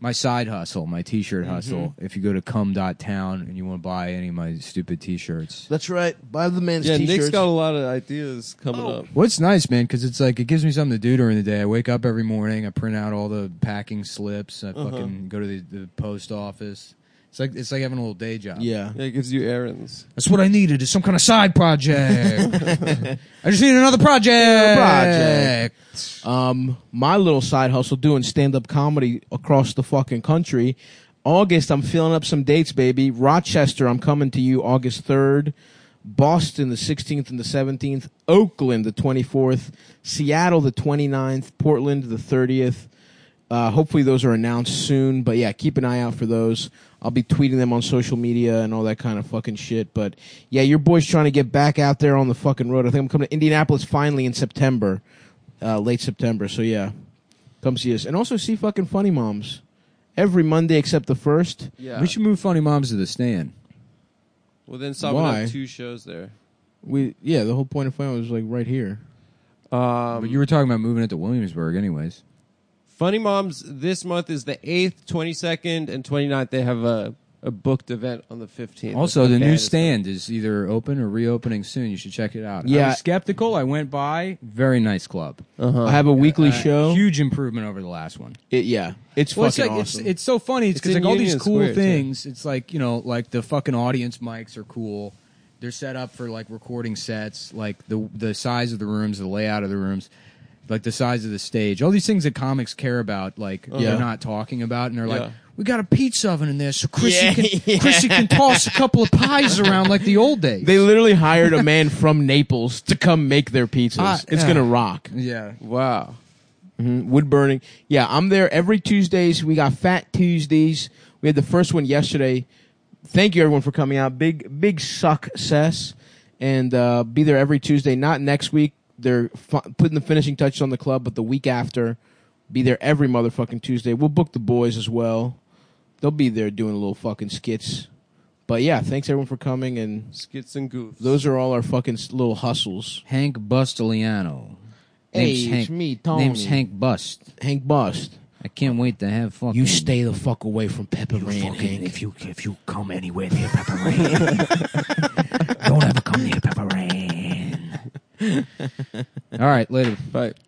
[SPEAKER 6] my side hustle, my T-shirt hustle. If you go to cum.town and you want to buy any of my stupid T-shirts,
[SPEAKER 2] That's right. Buy the man's
[SPEAKER 4] Yeah, Nick's
[SPEAKER 2] t-shirts.
[SPEAKER 4] got a lot of ideas coming up.
[SPEAKER 6] what's nice, man, because it's like it gives me something to do during the day. I wake up every morning, I print out all the packing slips, I fucking go to the, the post office. It's like it's like having a little day job.
[SPEAKER 2] yeah.
[SPEAKER 4] Yeah, it gives you errands.
[SPEAKER 6] that's what I needed. Is some kind of side project. I just need another project.
[SPEAKER 2] Project. Um, my little side hustle doing stand up comedy across the fucking country. August, I'm filling up some dates, baby. Rochester, I'm coming to you August 3rd. Boston, the 16th and the 17th. Oakland, the 24th. Seattle, the 29th. Portland, the 30th. Uh, hopefully those are announced soon, but yeah, keep an eye out for those. I'll be tweeting them on social media and all that kind of fucking shit. But yeah, your boy's trying to get back out there on the fucking road. I think I'm coming to Indianapolis finally in September, uh, late September. So yeah, come see us and also see fucking Funny Moms every Monday except the first.
[SPEAKER 4] Yeah.
[SPEAKER 6] We should move Funny Moms to the stand.
[SPEAKER 4] well, then Saban
[SPEAKER 2] Why?
[SPEAKER 4] had two shows there.
[SPEAKER 2] We yeah, the whole point of Funny Moms was like right here.
[SPEAKER 4] Um,
[SPEAKER 6] But you were talking about moving it to Williamsburg, anyways.
[SPEAKER 4] Funny Moms this month is the 8th, 22nd, and 29th. They have a, a booked event on the 15th.
[SPEAKER 6] Also,
[SPEAKER 4] That's
[SPEAKER 6] the
[SPEAKER 4] not
[SPEAKER 6] new
[SPEAKER 4] bad.
[SPEAKER 6] stand is either open or reopening soon. You should check it out. I
[SPEAKER 2] Yeah. Uh-huh.
[SPEAKER 6] was skeptical. I went by. Very nice club.
[SPEAKER 2] I have a weekly
[SPEAKER 6] Uh,
[SPEAKER 2] show.
[SPEAKER 6] Huge improvement over the last one.
[SPEAKER 2] It- yeah, it's
[SPEAKER 6] Well, it's
[SPEAKER 2] fucking
[SPEAKER 6] like
[SPEAKER 2] awesome.
[SPEAKER 6] it's, it's so funny. It's
[SPEAKER 4] It's
[SPEAKER 6] because
[SPEAKER 4] in
[SPEAKER 6] like all these
[SPEAKER 4] Union
[SPEAKER 6] cool
[SPEAKER 4] Square, too.
[SPEAKER 6] things. It's like you know, like the fucking audience mics are cool. They're set up for like recording sets. Like the the size of the rooms, the layout of the rooms, like the size of the stage. All these things that comics care about. Like
[SPEAKER 2] Uh-huh. Yeah.
[SPEAKER 6] they're not talking about, and they're
[SPEAKER 4] Yeah.
[SPEAKER 6] like. We got a pizza oven in there, so Chrissy
[SPEAKER 2] Yeah,
[SPEAKER 6] can
[SPEAKER 2] yeah.
[SPEAKER 6] Chrissy can toss a couple of pies around like the old days.
[SPEAKER 2] they literally hired a man from Naples to come make their pizzas.
[SPEAKER 6] Ah,
[SPEAKER 2] it's
[SPEAKER 6] yeah.
[SPEAKER 2] gonna rock.
[SPEAKER 6] yeah,
[SPEAKER 4] Wow.
[SPEAKER 2] Mm-hmm. Wood burning. Yeah, I'm there every Tuesdays. We got Fat Tuesdays. We had the first one yesterday. Thank you everyone for coming out. Big big success, and uh, be there every Tuesday. Not next week. They're fu- putting the finishing touches on the club, but the week after, be there every motherfucking Tuesday. We'll book the boys as well. They'll be there doing a little fucking skits. But yeah, thanks everyone for coming, and
[SPEAKER 4] Skits and goofs.
[SPEAKER 2] those are all our fucking s- little hustles.
[SPEAKER 6] Hank Busteliano.
[SPEAKER 2] Hey,
[SPEAKER 6] Name's
[SPEAKER 2] it's
[SPEAKER 6] Hank-
[SPEAKER 2] me, Tony.
[SPEAKER 6] Name's Hank Bust.
[SPEAKER 2] Hank Bust.
[SPEAKER 6] I can't wait to have fucking
[SPEAKER 2] You stay the fuck away from Pepper Ranch.
[SPEAKER 7] if you if you come anywhere near Pepperin, don't ever come near Pepperin.
[SPEAKER 6] All right, later.
[SPEAKER 4] But